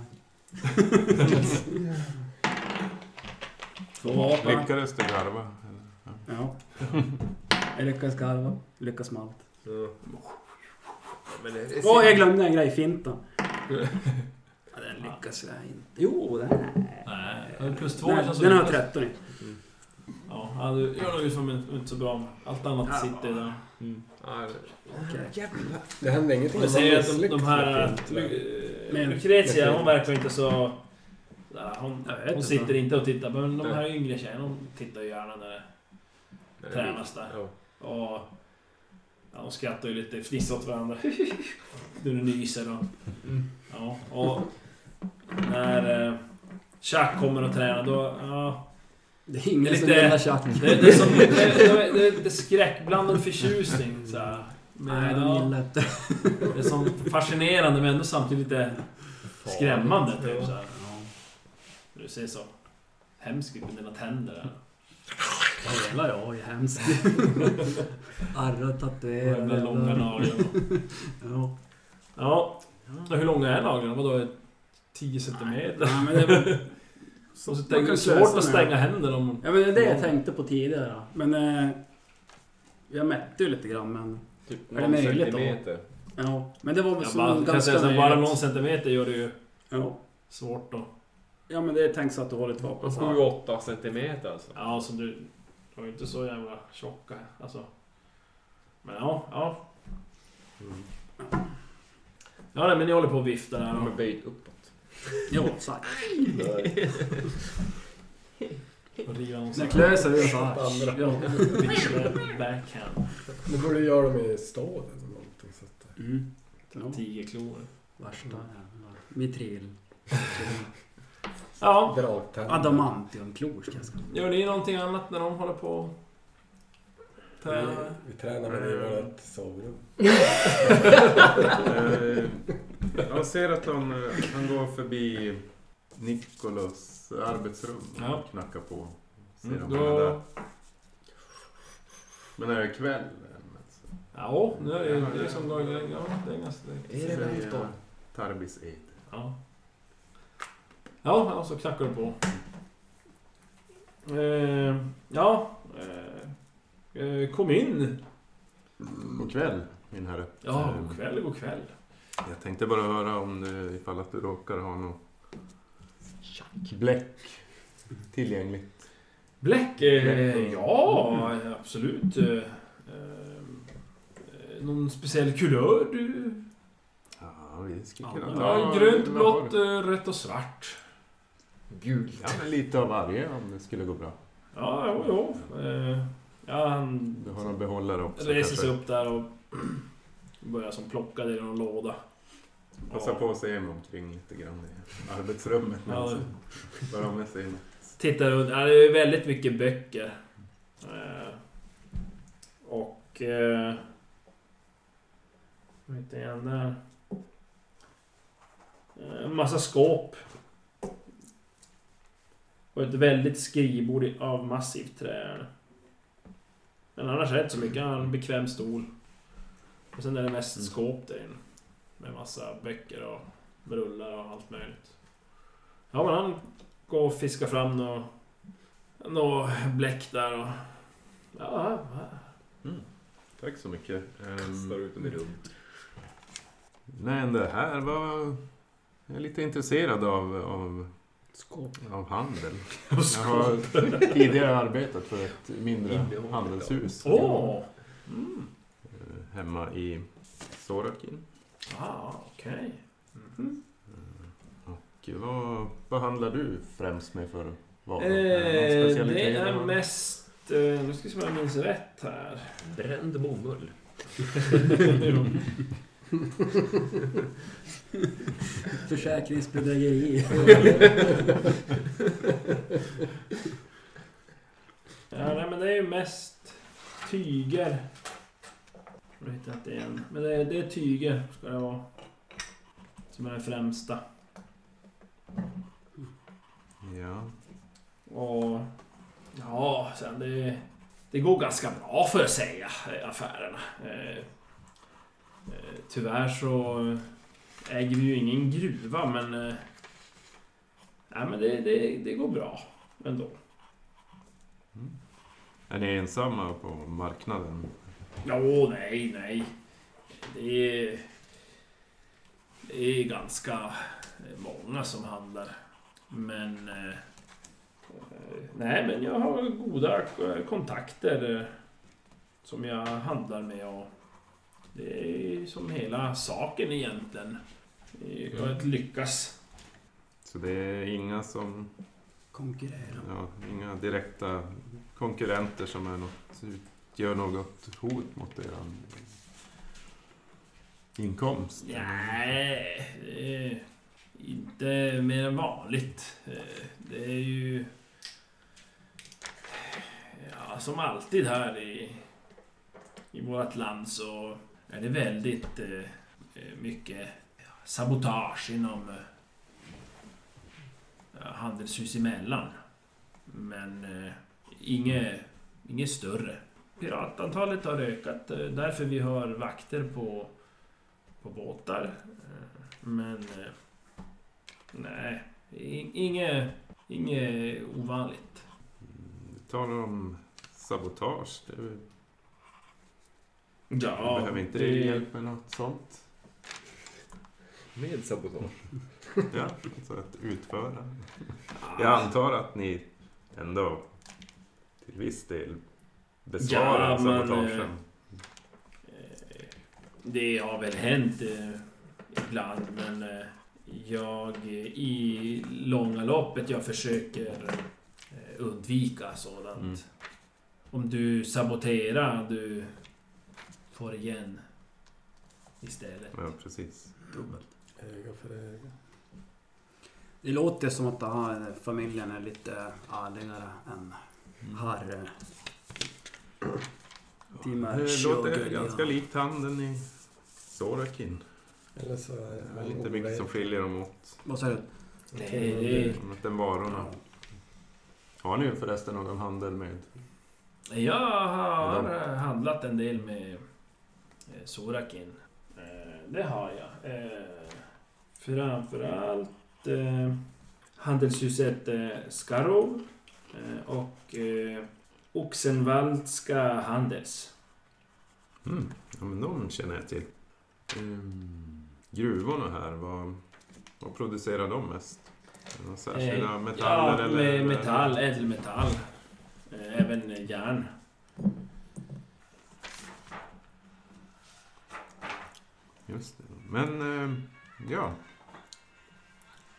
S2: Två vapen.
S6: Lyckades du garva? eller?
S2: Ja. Jag lyckas garva, lyckas med allt.
S4: Så. Men det, det
S2: Åh,
S4: ser-
S2: jag glömde en grej, finten. Ja, den lyckas jag inte. Jo, den
S3: Nej, har du plus två
S2: Nej,
S3: chans att
S2: Den har
S3: lyckas?
S2: 13 i.
S3: Ja, ja, du gör nog ut som en- inte så bra. Allt annat sitter där.
S4: Ja,
S5: Det händer ingenting
S3: Jag
S5: om man
S3: ser att de,
S5: misslyckas
S3: de
S5: med
S3: här...
S5: fint,
S3: Lu-
S5: eller?
S3: eh,
S2: Men-
S3: Lucretia, hon verkar inte så... Ja, Hon,
S2: Jag vet
S3: hon
S2: inte.
S3: sitter inte och tittar, men de
S4: Nej.
S3: här yngre tjejerna de tittar ju gärna när det
S4: nej,
S3: tränas där.
S4: Ja.
S3: Och... Ja, de skrattar ju lite, fnissar åt varandra. Nu när de nyser och...
S4: Mm.
S3: Ja, och... När... eh, Chuck kommer och tränar, då... Ja,
S2: Det är ingen som
S3: Lite-
S2: gillar tjack.
S3: det, det är som... Det, det, det, det är skräckblandad förtjusning så här. Men,
S2: Nej, de
S3: ja,
S2: gillar inte.
S3: Det är som fascinerande men ändå samtidigt lite skrämmande. Typ, så här. Du ser så hemsk ut med dina tänder. där.
S2: Hela jag är hemskt. Arra
S3: Och de där långa
S2: tatuerade.
S3: naglarna.
S2: Ja.
S3: Ja, men hur långa är naglarna? Vadå? 10 centimeter?
S2: Ja, men det var...
S3: Och så
S2: Man
S3: tänker
S2: kan
S3: du
S2: klösa
S3: svårt
S2: med
S3: att stänga händerna om...
S2: Ja men det är det jag tänkte på tidigare. Men eh, jag mätte ju lite grann men...
S4: Typ
S2: Är det
S4: någon
S2: möjligt då?
S4: centimeter.
S2: Ja. Men det var väl
S3: Jag
S2: så
S3: bara, kan jag
S2: ganska
S3: säga så, här, bara
S2: möjligt.
S3: någon centimeter gör det ju
S2: Ja.
S3: svårt då.
S2: ja men det är tänkt så att du håller ett vapen
S4: Alltså.
S2: så här.
S4: 7-8 centimeter alltså.
S3: Ja, så du du är ju inte så jävla tjocka. Alltså. Men ja, ja.
S2: Mm.
S3: Ja, nej, men ni håller på och viftar där.
S4: De
S3: och-
S4: är böjd uppåt.
S2: Jo, exakt.
S3: Och riva någon sån
S2: Den
S3: här-
S2: klöser ju såhär. Ja.
S3: Bitch, Backhand.
S5: Nu borde du göra dem i stål eller någonting. Så att,
S2: Mm. Ja.
S3: Tio klor.
S2: Värsta jävla... Mitril.
S3: Ja.
S5: Dragtänder.
S2: Adamantiumklor ska jag säga.
S3: Gör ni någonting annat när de håller på och
S5: Vi,
S3: tränar?
S5: vi tränar med det i vårt sovrum.
S6: Eh, Jag ser att de, eh, han går förbi Nikolas arbetsrum
S3: Ja.
S6: och knackar på. Ser
S3: Mm,
S6: om han är där.
S3: då...
S6: Men är det kväll? än? Alltså,
S3: Ja, nu är det, det är som dagen... Ja, det är ganska...
S4: Är det
S6: så
S4: väldigt
S6: Tarbis Eid.
S3: Ja. Ja, och så knackar du på. Eh, ja. Eh, eh, kom in.
S6: Mm. God kväll, min herre.
S3: Ja,
S6: Eh,
S3: god kväll, god kväll.
S6: Jag tänkte bara höra om du, ifall att du råkar ha något tjackbläck tillgängligt.
S3: Bläck? Eh, ja, absolut. Eh, eh, någon speciell kulör du
S6: Ja, vi skulle
S2: Ja,
S6: kunna ta...
S3: Ja, grönt,
S6: vad
S3: blått,
S6: har du?
S3: eh, rött och svart.
S4: Gult.
S6: Ja, men lite av varje om det skulle gå bra.
S3: Ja, jo, jo. Eh, Ja, han
S6: Du har någon behållare också
S3: reser sig
S6: kanske.
S3: upp där och börjar som plocka det i någon låda.
S6: Passa
S3: Ja.
S6: på att se mig omkring lite grann i arbetsrummet.
S3: Ja,
S6: Ja,
S3: det-
S6: Bara om jag ser
S3: Tittar runt. Ja, det är väldigt mycket böcker. Eh, och... Eh, vad heter den där? Eh, En massa skåp. Och ett väldigt skrivbord i- av massivt trä. Men annars är det inte så mycket. Han har en bekväm stol. Och sen är det mest
S6: Mm.
S3: skåp där inne. Med massa böcker och brullar och allt möjligt. Ja, men han går och fiskar fram något nå bläck där och... Ja,
S6: Tack så mycket. Ehm,
S4: Kastar ut dem i rummet.
S6: nej, men det här var... Jag är lite intresserad av, av,
S2: Skåp.
S6: av handel.
S3: och
S6: Jag
S3: skål.
S6: har tidigare arbetat för ett mindre
S4: Innehållet,
S6: handelshus.
S3: Åh! Oh. Mm.
S6: Eh, Hemma i Sorakin.
S3: Ah, okej.
S6: Och det var Vad handlar du främst med för varor?
S3: Eh,
S6: Är det någon specialitet
S3: det
S6: eller
S3: är
S6: något?
S3: mest... eh, Nu ska vi se om jag minns rätt här.
S4: Bränd bomull.
S2: Försäkringsbedrägeri.
S3: Ja, nej, men det är ju mest tyger. Jag vet inte igen. Men det är, det är tyger, ska det vara. Som är det främsta.
S6: Ja.
S3: Och... Ja, sen det... Det går ganska bra för att säga, eh, affärerna. Eh, eh, tyvärr så äger vi ju ingen gruva, men... Eh, nej, men det, det, det går bra ändå.
S6: Är ni ensamma på marknaden?
S3: Jo, nej, nej. Det är, det är ganska många som handlar. Men... eh, eh, Nej, men jag har goda eh, kontakter eh, som jag handlar med och det är som hela saken egentligen. Det är att lyckas.
S6: Så det är inga som...
S2: Konkurrera.
S6: Ja, inga direkta konkurrenter som är något, utgör något hot mot er inkomst?
S3: Nej, det är inte mer än vanligt. Eh, Det är ju... Ja, som alltid här i, i vårt land så är det väldigt eh, eh, mycket sabotage inom eh, handelshus emellan. Men eh, inget, inget större. Piratantalet har ökat, eh, därför vi har vakter på på båtar. Eh, Men eh, nej, i- inget, inget ovanligt.
S6: Vi talar om sabotage. Det, vi
S3: Ja,
S6: behöver inte
S3: det-
S6: hjälp med något sånt?
S4: Med sabotage.
S6: Ja, alltså att utföra. Jag
S3: Ja,
S6: antar att ni ändå till viss del
S3: Ja,
S6: besvarar
S3: men,
S6: sabotagen.
S3: eh, det har väl hänt eh, ibland, men eh, jag eh, i långa loppet jag försöker eh, undvika sådant.
S6: Mm.
S3: Om du saboterar, du får igen istället.
S6: Ja, precis.
S5: Öga för öga.
S2: Det låter som att aha, familjen är lite ärligare än Mm. Harry. Timmar
S6: Det
S2: 20,
S6: låter
S2: ja.
S6: ganska likt handen i Sorakin.
S5: Eller så är
S6: Det är inte mycket som skiljer dem åt.
S2: Vad sa du?
S3: Nej, det,
S6: Om inte varorna. Har ni förresten någon handel med?
S3: Jag har eh, handlat en del med eh, Sorakin. Eh, Det har jag. Eh, Framförallt eh, handelshuset eh, Skarov eh, och eh, Oxenvaldska Handels.
S6: Mm. Ja, men de känner jag till. Ehm, gruvorna här, vad, vad producerar de mest? Är det Några särskilda
S3: Eh,
S6: metaller?
S3: ja,
S6: eller,
S3: med metall, ädelmetall. Eh, Även eh, järn.
S6: Just det. Men, ehm, ja.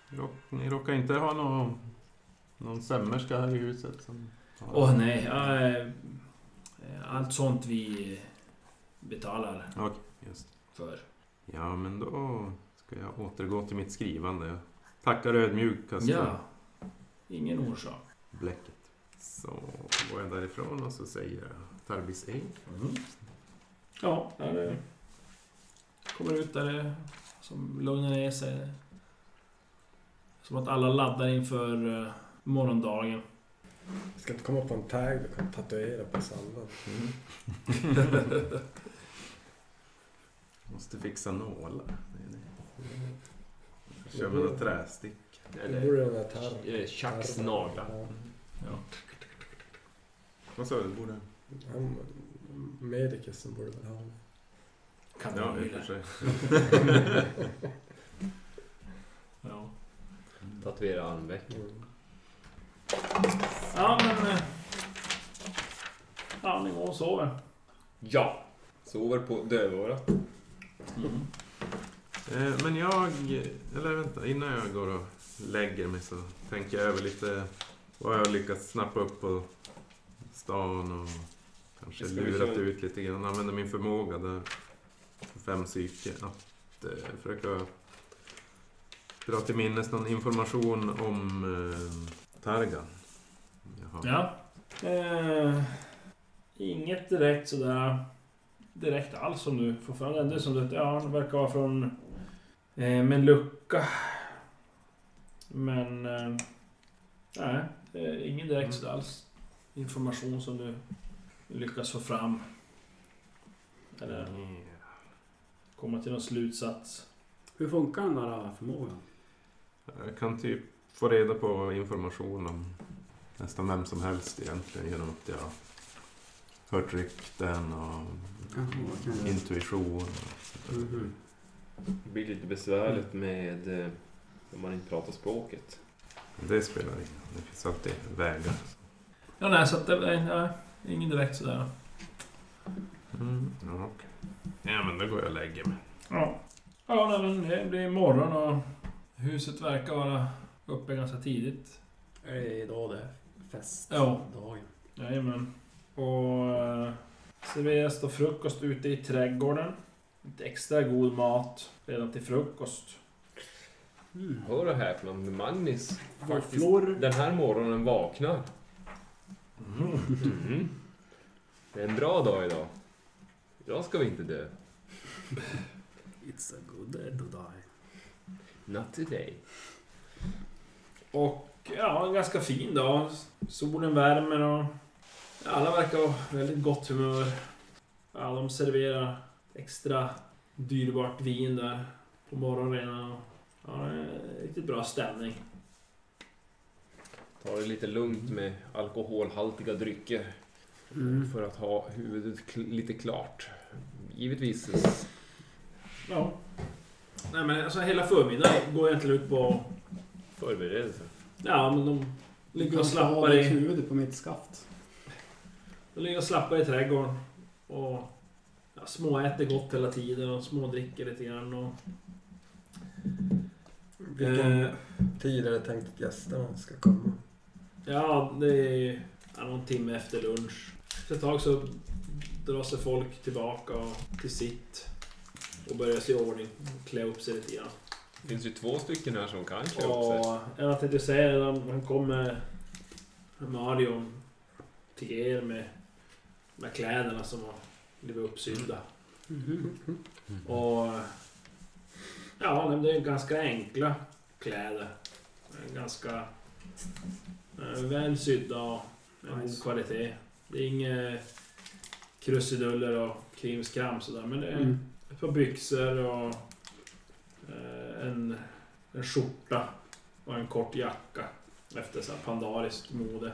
S6: Rock, ni råkar inte ha någon, någon sömmerska här i huset? som har-
S3: Åh nej, eh, eh, allt sånt vi betalar
S6: Okej, just det.
S3: för.
S6: Ja, men då ska jag återgå till mitt skrivande. Jag tackar ödmjukast för
S3: Ja, ingen orsak.
S6: bläcket. Så går jag därifrån och så säger jag Tarbis Eng.
S3: Ja, där det kommer ut där det som lugnar ner sig. Som att alla laddar inför eh, morgondagen.
S5: Ska inte komma på en tag du kan tatuera på sanden.
S6: Måste fixa nålar. Nej, nej. Jag Kör med några trästick.
S5: Det borde den här tarmen.
S2: eh,
S4: Eller Chucks naglar.
S5: Ja.
S6: Vad sa du? Borde...
S5: Han, medicisen borde väl ha det.
S3: Kan
S6: Ja,
S3: du
S6: i och
S3: gilla.
S6: för sig.
S3: Ja.
S4: Tatuera armveck.
S5: Mm.
S3: ja, men... eh, Ja, ni går och sover.
S4: Ja! Sover på dövörat.
S3: Mm.
S6: Eh, Men jag... Eller vänta, innan jag går och lägger mig så tänker jag över lite vad jag har lyckats snappa upp på stan och kanske
S8: Ska vi
S6: lurat
S8: köra-
S6: ut lite grann. Använder min förmåga där, för fem psyke, att eh, försöka dra till minnes någon information om eh, Targan. Jaha.
S3: Ja. Eh, inget direkt sådär direkt alls som du får för dig. Det är som du att ja, han verkar vara från eh, med lucka. Men eh, nej, det är ingen direkt sådär alls information som du lyckas få fram. Eller komma till någon slutsats.
S2: Hur funkar den där förmågan?
S6: Jag kan typ få reda på information om nästan vem som helst egentligen genom att jag har hört rykten och
S2: Jaha, vad kan jag göra?
S6: intuition. och sånt där.
S2: Mhm.
S8: Det blir lite besvärligt med eh, om man inte pratar språket.
S6: Men Det spelar ingen roll. Det finns alltid vägar.
S3: Ja, nej, så att det nej, nej, ingen direkt sådär.
S6: Mm. Ja, okej. ja, men då går jag och lägger mig.
S3: Ja. Ja, nej, men det blir morgon och huset verkar vara uppe ganska tidigt.
S2: Är det idag det?
S3: Ja.
S2: Festdagen?
S3: Jajamän. Och eh, serveras då frukost ute i trädgården. Lite extra god mat redan till frukost.
S2: Mm.
S4: Hör och häpna, men Magnus faktiskt
S2: Våfflor?
S4: den här morgonen vaknar.
S5: Mm.
S4: Mhm. Det är en bra dag idag. Idag ska vi inte dö.
S2: It's a good day to die.
S4: Not today.
S3: Och ja, en ganska fin dag. Solen värmer och alla verkar ha väldigt gott humör. Ja, de serverar extra dyrbart vin där på morgonen redan. Ja, det är riktigt bra stämning.
S4: Ta det lite lugnt med alkoholhaltiga drycker
S2: Mm.
S4: för att ha huvudet kl- lite klart. Givetvis
S3: Ja. Nej men alltså hela förmiddagen går egentligen ut på...
S4: förberedelser.
S3: Ja men de ligger och
S2: Kanske har
S3: slappar
S2: ditt
S3: i...
S2: huvud på mitt skaft.
S3: De ligger och slappar i trädgården. Och ja, småäter gott hela tiden och smådricker lite grann och...
S5: Vilken
S3: Eh,
S5: tid är det tänkt att gästerna ska komma?
S3: ja, det är ja, någon timme efter lunch. Efter ett tag så drar sig folk tillbaka och- till sitt. Och börjar se i ordning. Klä upp sig lite grann.
S4: Det finns ju två stycken här som kan klä upp sig.
S3: Och jag tänkte säga det, han han kommer Mario till er med, med kläderna som har blivit uppsydda.
S2: Mm-hmm.
S3: Och ja, nej, men det är ganska enkla kläder. Ganska eh, väl sydda och med god
S2: Nice.
S3: kvalitet. Det är inget krusiduller och krimskram sådär, men det är
S2: Mm.
S3: ett par byxor och eh, en, en skjorta och en kort jacka efter så här pandariskt mode.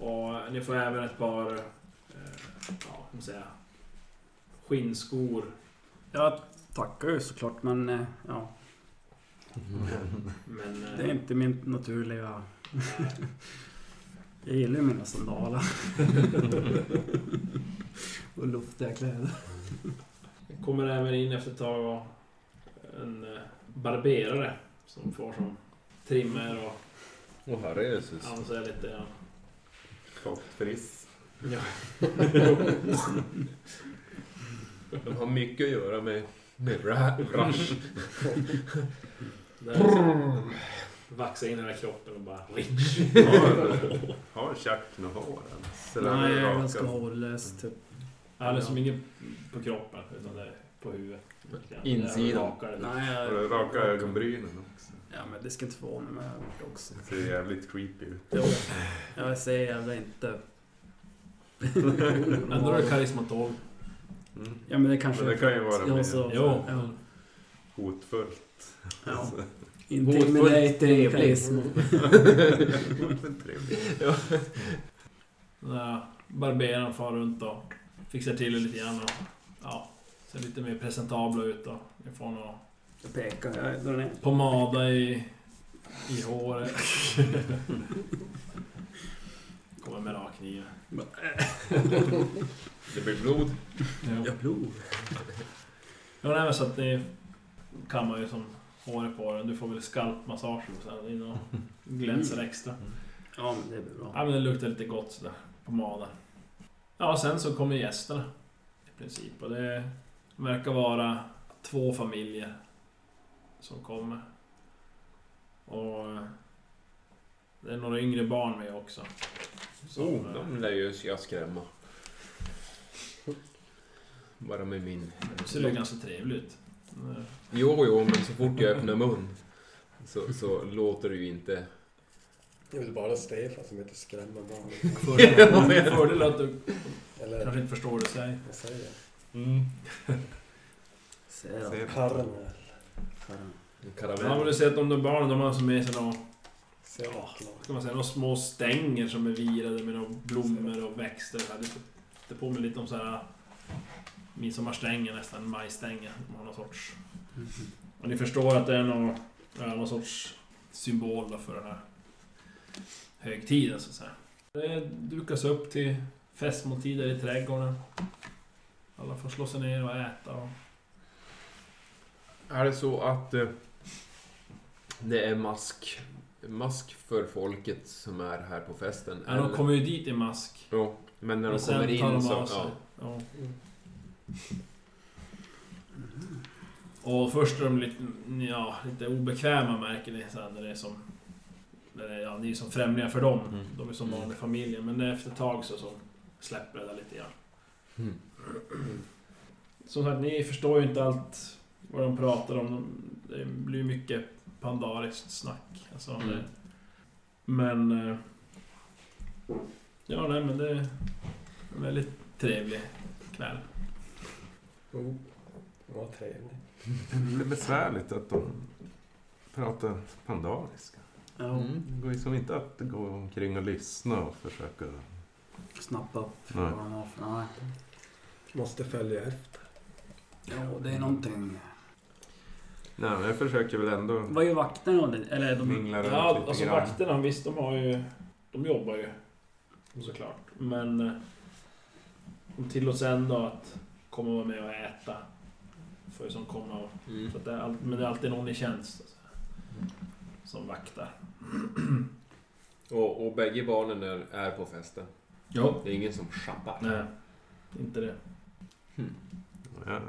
S3: Och ni får även ett par eh, ja, vad ska man säga, skinnskor.
S2: Jag tackar ju såklart men eh, ja,
S3: Men eh,
S2: det är inte min naturliga... Jag gillar ju mina sandaler. Och luftiga kläder.
S3: det kommer även in efter ett tag och en eh, barberare som får som trimmer och
S4: Åh herrejösses.
S3: ja, så är lite... Ja,
S6: Kort friss.
S4: De har mycket att göra med, med ra- rush.
S3: där är så- vaxa in hela kroppen och bara...
S6: Har, har Chuck något hår? eller? Eller är
S2: Nej,
S6: det raka?
S2: ganska hårlöst typ.
S3: Ja, det är som inget på kroppen utan det är på huvudet.
S4: Insidan.
S3: Rakare.
S2: Nej,
S6: Har du raka ögonbrynen också?
S2: Ja men det ska inte förvåna mig jag har gjort det också.
S6: Det ser jävligt creepy ut.
S2: Jo, jag säger jävla inte.
S3: Ändå är det karisma 12.
S6: Mm.
S2: Ja men det kanske...
S6: Men det kan ju vara
S2: Ja,
S6: mer
S2: så-
S3: Jo.
S2: Ja.
S6: hotfullt.
S2: Ja.
S6: Så-
S2: Intimidating karisma.
S6: Trevligt.
S3: När barberaren far runt och fixar till det lite grann och ja, ser lite mer presentabla ut och ni får någon
S2: Jag pekar, jag drar ner.
S3: pomada i, i håret. Kommer med rakkniven.
S4: Det blir blod.
S3: Ja.
S2: Jag blod.
S3: Ja, nej, men så att ni kammar ju som håret på den. Du får väl skalpmassage och sen in och glänser extra.
S8: Mm.
S2: Ja, men det blir bra.
S3: Ja, men det luktar lite gott sådär. Pomaden. Ja, sen så kommer gästerna. I princip. Och det verkar vara två familjer som kommer. Och det är några yngre barn med också. Som,
S8: Oh, de lär ju jag skrämma.
S4: Bara med min...
S3: eh, ser det ganska trevligt ut. Eh,
S4: Jo, jo, men så fort jag öppnar mun så, så låter det ju inte...
S5: Det är väl bara Stefan som inte skrämmer barn.
S3: Fördel, det är en fördel att du
S5: Eller
S3: kanske inte förstår vad du säger.
S5: vad säger jag?
S3: Mm.
S2: Ser då.
S5: Karren här.
S2: Fan.
S4: En
S3: Ja, men
S4: karamell.
S3: du ser att de där barnen, de har alltså med sig några,
S5: Ser jag.
S3: ska man säga, några små stänger som är virade med några blommor och växter. Så här. Det- Det påminner lite om så här midsommarstänger nästan, majstänger. De har någon sorts...
S2: Mm.
S3: Och ni förstår att det är någon, ja, någon sorts symbol då för den här högtiden så att säga. Det dukas upp till festmåltider i trädgården. Alla får slå sig ner och äta och
S4: Är det så att eh, det är mask, mask för folket som är här på festen?
S3: Ja, de kommer ju dit i mask.
S4: Jo, men när de
S3: Men sen
S4: kommer
S3: tar
S4: in
S3: de
S4: så...
S3: av sig.
S4: Ja.
S3: Ja. Och först är de lite, ja, lite obekväma märker ni sen när det är som... När det är, ja, ni är som främlingar för dem.
S6: Mm.
S3: De är som vanliga familjer. Men efter ett tag så, så släpper det där lite grann.
S4: Mm.
S3: Som sagt, ni förstår ju inte allt vad de pratar om. De- Det blir mycket pandariskt snack. Alltså,
S4: Mm.
S3: det. Men... eh, Ja, nej men det är en väldigt trevlig kväll.
S5: Oh, vad trevligt.
S2: Mm.
S6: Det är besvärligt att de pratar pandariska.
S2: Ja,
S4: Mm.
S6: Det går ju som inte att gå omkring och lyssna och försöka...
S2: snappa upp
S6: Nej.
S2: vad de har för nej.
S5: Måste följa efter.
S2: Ja, det är någonting.
S6: Nej, men jag försöker väl ändå
S2: Vad gör vakterna då? Eller typ de...
S6: mingla runt
S3: Ja,
S6: lite
S3: alltså
S6: grann.
S3: vakterna, visst de har ju... De jobbar ju. Såklart. Men... eh, De tillåts ändå att komma och vara med och äta. Får ju som komma och...
S4: Mm.
S3: Så att det är all, men det är alltid någon i tjänst. Alltså, som vaktar.
S4: Och, och bägge barnen är, är på festen.
S3: Ja.
S4: Det är ingen som schappar.
S3: Nej, inte det.
S6: Jag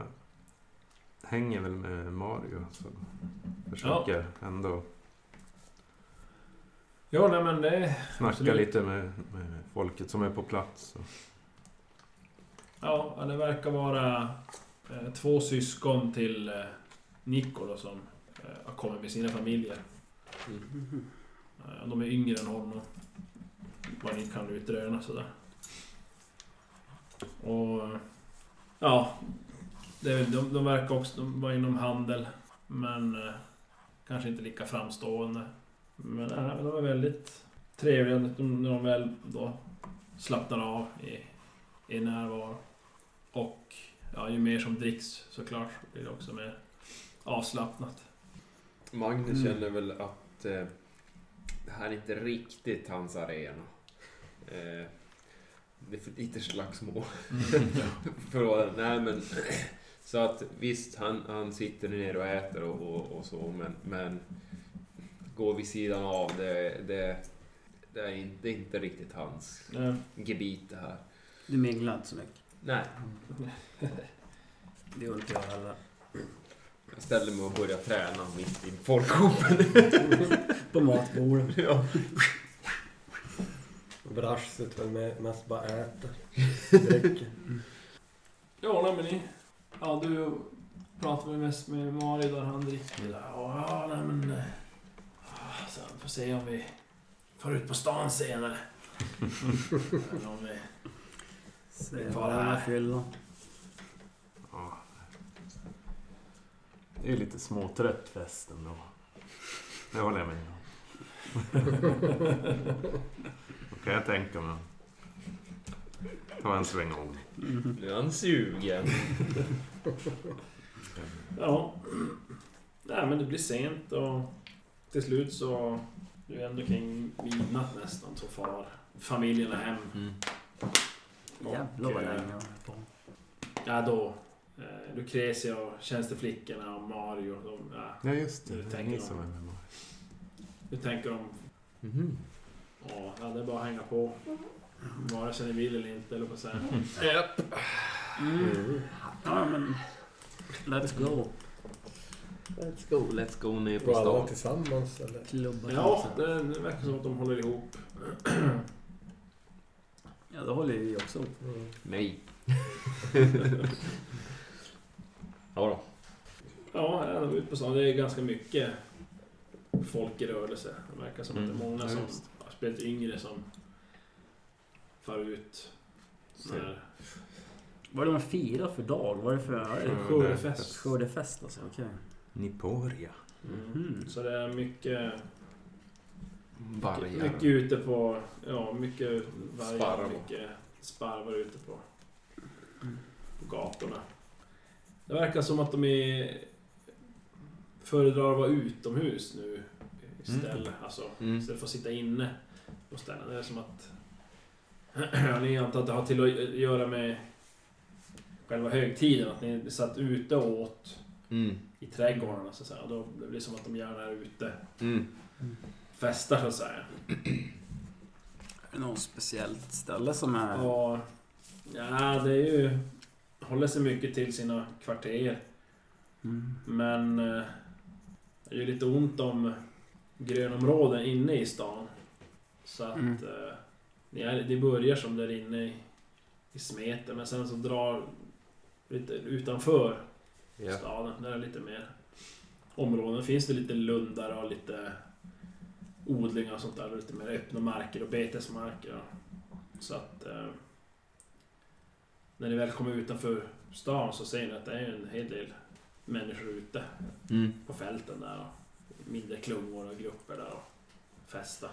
S6: hänger väl med Mario, så försöker ändå
S3: Ja, nej men det...
S6: snacka
S3: Absolut.
S6: lite med, med folket som är på plats. Och,
S3: Ja, ja, det verkar vara eh, två syskon till eh, Nico då, som eh, har kommit med sina familjer.
S4: Mm.
S2: Mhm.
S3: Eh, De är yngre än honom. Vad ni kan utröna sådär. Och... Ja. Det är, väl- de, de verkar också de var inom handel. Men eh, kanske inte lika framstående. Men nej, men de är väldigt trevliga när de, när de väl då slappnar av i, i närvaro. Och ja, ju mer som dricks såklart blir det också mer avslappnat.
S4: Magnus
S2: Mm.
S4: känner väl att eh, det här är inte riktigt hans arena. Eh, det är för lite slagsmål. Förlåt, nej men. Så att visst, han, han sitter ner och äter och, och, och så, men, men gå vid sidan av, det, det, det, är inte, det är inte riktigt hans
S3: Eh,
S4: gebit det här.
S2: Du minglar inte så mycket.
S4: Nej,
S2: Det gör inte jag heller.
S4: jag ställer mig och börjar träna mitt i folkhopen.
S2: På matbordet.
S5: Brash sitter väl med, mest bara äter. Dricker.
S3: Ja, nej, men ni... Ja, du pratar väl mest med Mario där han dricker. Ja, ja, nej men... eh, ah, Så vi får se om vi far ut på stan senare. Eller om vi...
S2: Se vad den här fyllan.
S6: ja. Det är lite småtrött festen då. Det håller jag med om. Då kan jag tänka mig. Ta en sväng om.
S2: Mhm.
S4: Nu är han sugen.
S3: Ja. Nej, men det blir sent och till slut så... Du är ändå kring midnatt nästan så far
S8: Mm.
S3: familjerna hem.
S2: Jävlar vad länge jag har hållit på.
S3: Ja, då eh, Lucrezia och tjänsteflickorna och Mario. De, ja,
S6: Ja, just det.
S3: Nu
S6: Det är
S3: tänker
S6: ni
S3: jag.
S6: som är med mig.
S3: nu tänker de
S4: Mm.
S8: Mm.
S3: Ja, ja, det är bara att hänga på.
S6: Mm-hmm.
S3: Vare sig ni vill eller inte, eller på att säga. Japp.
S2: Mm. Ja, men... Let's go.
S8: Let's go, let's go ner på
S5: Går alla
S8: stan.
S5: tillsammans eller?
S2: Klubba
S3: Ja, det, det verkar som att de håller ihop.
S2: ja, det håller vi också
S5: Mm.
S8: Nej. ja då.
S3: Ja, ja, de är ute på stan. Det är ganska mycket folk i rörelse. Det verkar som att det är
S6: Mm,
S3: många
S6: ja,
S3: som,
S6: visst.
S3: speciellt yngre, som far ut.
S6: Ser.
S3: När-
S2: Vad är det man firar för dag? Vad är det för...
S6: Mm.
S3: Skördefest.
S2: Skördefest alltså, okej.
S6: Niporia. Mm-hmm.
S3: Mm. Så det är mycket,
S8: Vargar.
S3: mycket ute på... Ja, mycket
S8: Sparvar.
S3: vargar. Mycket sparvar ute på,
S8: Mm.
S3: på gatorna. Det verkar som att de är, föredrar att vara utomhus nu istället. Alltså,
S8: Mm.
S3: istället för att sitta inne på ställen. Det är som att... Ja, ni antar att det har till att göra med själva högtiden. Att ni satt ute och åt
S8: Mm.
S3: i trädgårdarna så att säga. Och då blir det som att de gärna är ute
S8: Mm.
S3: festar så att säga.
S2: Är det något speciellt ställe som är...
S3: Och, ja, det är ju... Håller sig mycket till sina kvarter.
S2: Mm.
S3: Men... eh, Det är ju lite ont om grönområden inne i stan. Så att...
S2: Mm.
S3: eh, ni är- Det börjar som där inne i, i smeten men sen så drar lite utanför
S6: Ja.
S3: staden. Där är lite mer områden. Finns det lite lundar och lite odlingar och sånt där. Lite mer öppna marker och betesmarker. Så att eh, när ni väl kommer utanför stan så ser ni att det är en hel del människor ute
S8: Mm.
S3: på fälten där. Och mindre klungor och grupper där och festa.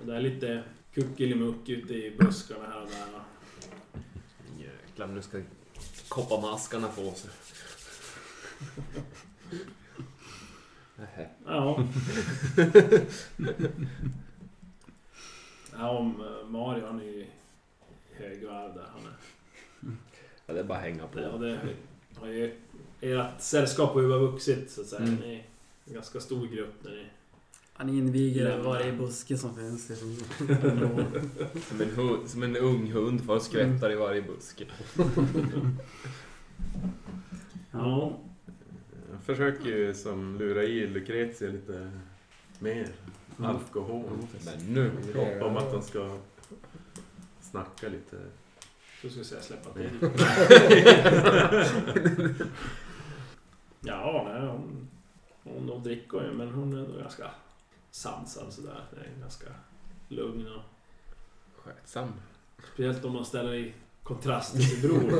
S3: Och det är lite kuckelimuck ute i buskarna här och där. Och
S8: Jäklar, nu ska kopparmaskarna få sig. Nähä.
S3: Ja. ja, om eh, Mario han är ju i högvarv där. Han är.
S8: Ja, det är bara att hänga
S3: Ja,
S8: på.
S3: det har ju, ert sällskap har ju bara vuxit så att säga.
S8: Mm.
S3: Ni är en ganska stor grupp när ni...
S2: Han inviger
S3: Lämna.
S2: varje buske som finns. liksom.
S8: Som en, hu- som en ung hund får skvättar i varje buske.
S3: Ja.
S6: Jag försöker ju som lura i Lucrezia lite mer Mm. alkohol.
S8: Mm. Men nu...
S6: I hopp om att de ska snacka lite.
S3: Då ska jag säga släppa till. ja, nej, hon, hon, hon dricker ju men hon är nog ganska sansad sådär. Det är ganska lugn och
S8: Skötsam.
S3: Speciellt om man ställer i kontrast till sin bror.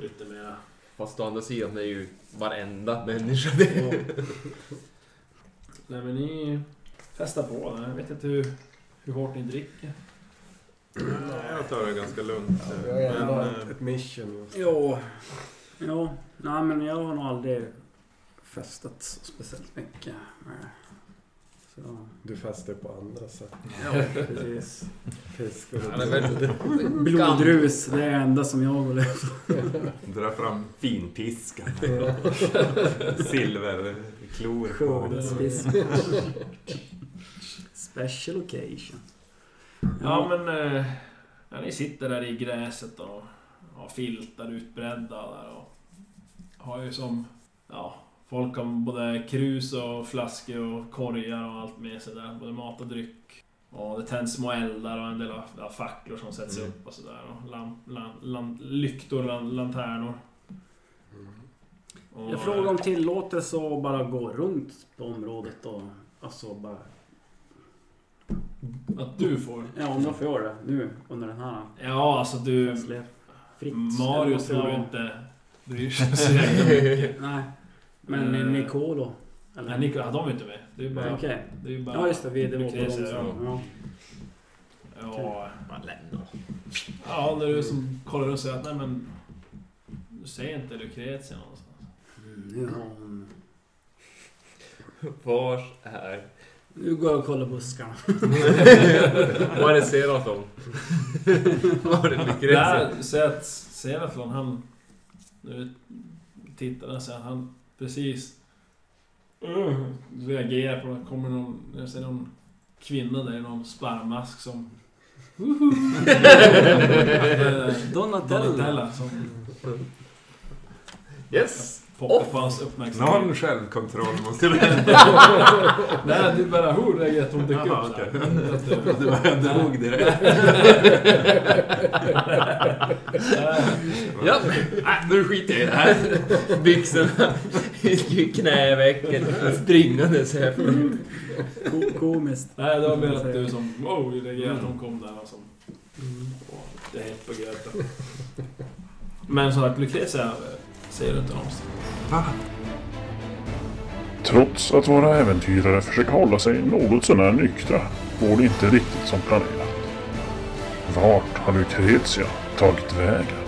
S3: Lite mera...
S8: Fast å andra sidan, det är ju varenda människa det.
S3: Nej men ni festar på. Nej, Jag vet inte hur, hur hårt ni dricker.
S6: Nej, Jag tar det ganska lugnt.
S5: Vi har ju ändå
S6: Men,
S5: ett,
S6: eh,
S5: ett mission.
S2: Jo. Jo. Nej, men jag har nog aldrig festat så speciellt mycket. Nej. Så.
S5: Du fäster på andra sätt.
S2: Ja, precis.
S5: Fisk och
S8: Ja, det är väl-
S2: Blodrus, det är det enda som jag håller.
S6: Dra fram finpiskan. Silverklor på.
S2: Skördespisk. Special occasion.
S3: Ja men... eh, Ja, ni sitter där i gräset och har filtar utbredda där och har ju som... Ja, folk har både krus och flaskor och korgar och allt med sig där. Både mat och dryck. Och det tänds små eldar och en del ja, facklor som sätts
S6: Mm.
S3: upp och sådär. Och lamp, lamp, lamp, lyktor och lan- lanternor. Och,
S2: Jag frågar om tillåtelse att bara gå runt på området och alltså bara...
S3: Att du får...
S2: Ja, om jag får göra det nu under den här
S3: Ja, alltså du...
S2: känsliga... Fritt.
S3: Mario
S2: Eller
S3: tror
S2: vad
S3: du
S2: jag-
S3: inte... Du känns så jävla mycket.
S2: Nej. Men
S3: Eh,
S2: Nicolo?
S3: Nej, Nikola, ja, de är inte med. Det är ju
S2: Okej.
S3: bara... Det är ju bara...
S2: Ja, just det. Vi, det var på dem
S3: Lucrezia,
S2: som... Ja.
S3: Ja,
S8: Bara lämna.
S3: ja när du som kollar och säger att nej men... Du ser inte Lucrezia någonstans.
S2: Mm, nu har hon...
S8: Vars är
S2: Nu går jag och kollar buskarna.
S4: Vad är det Seraton? Vad är det Lyckresa?
S3: Där ser att Seraflon, han... Nu tittar jag så här, han precis... Uh, reagerar på det. Kommer någon... Jag ser någon kvinna där i någon sparmask som... Eh,
S2: Donatella.
S3: Donatella som
S4: Yes!
S3: poppar på hans uppmärksamhet.
S6: Någon självkontroll måste du
S3: Nej, det är bara hur reagerar hon dyker
S6: Jaha,
S3: upp
S6: okej.
S3: okay.
S6: Du bara drog direkt.
S4: Ja, äh, nu skiter jag i det här. Byxorna, knävecken, springandes här.
S2: Ko- komiskt.
S3: Nej, det var mer att du som... Wow, reagerade att hon kom där och som... Åh, Det är helt på gröten. Men som sagt, Lucrezia ser du inte någonstans.
S5: Trots att våra äventyrare försöker hålla sig något sånär nyktra går det inte riktigt som planerat. Vart har Lucretia tagit vägen?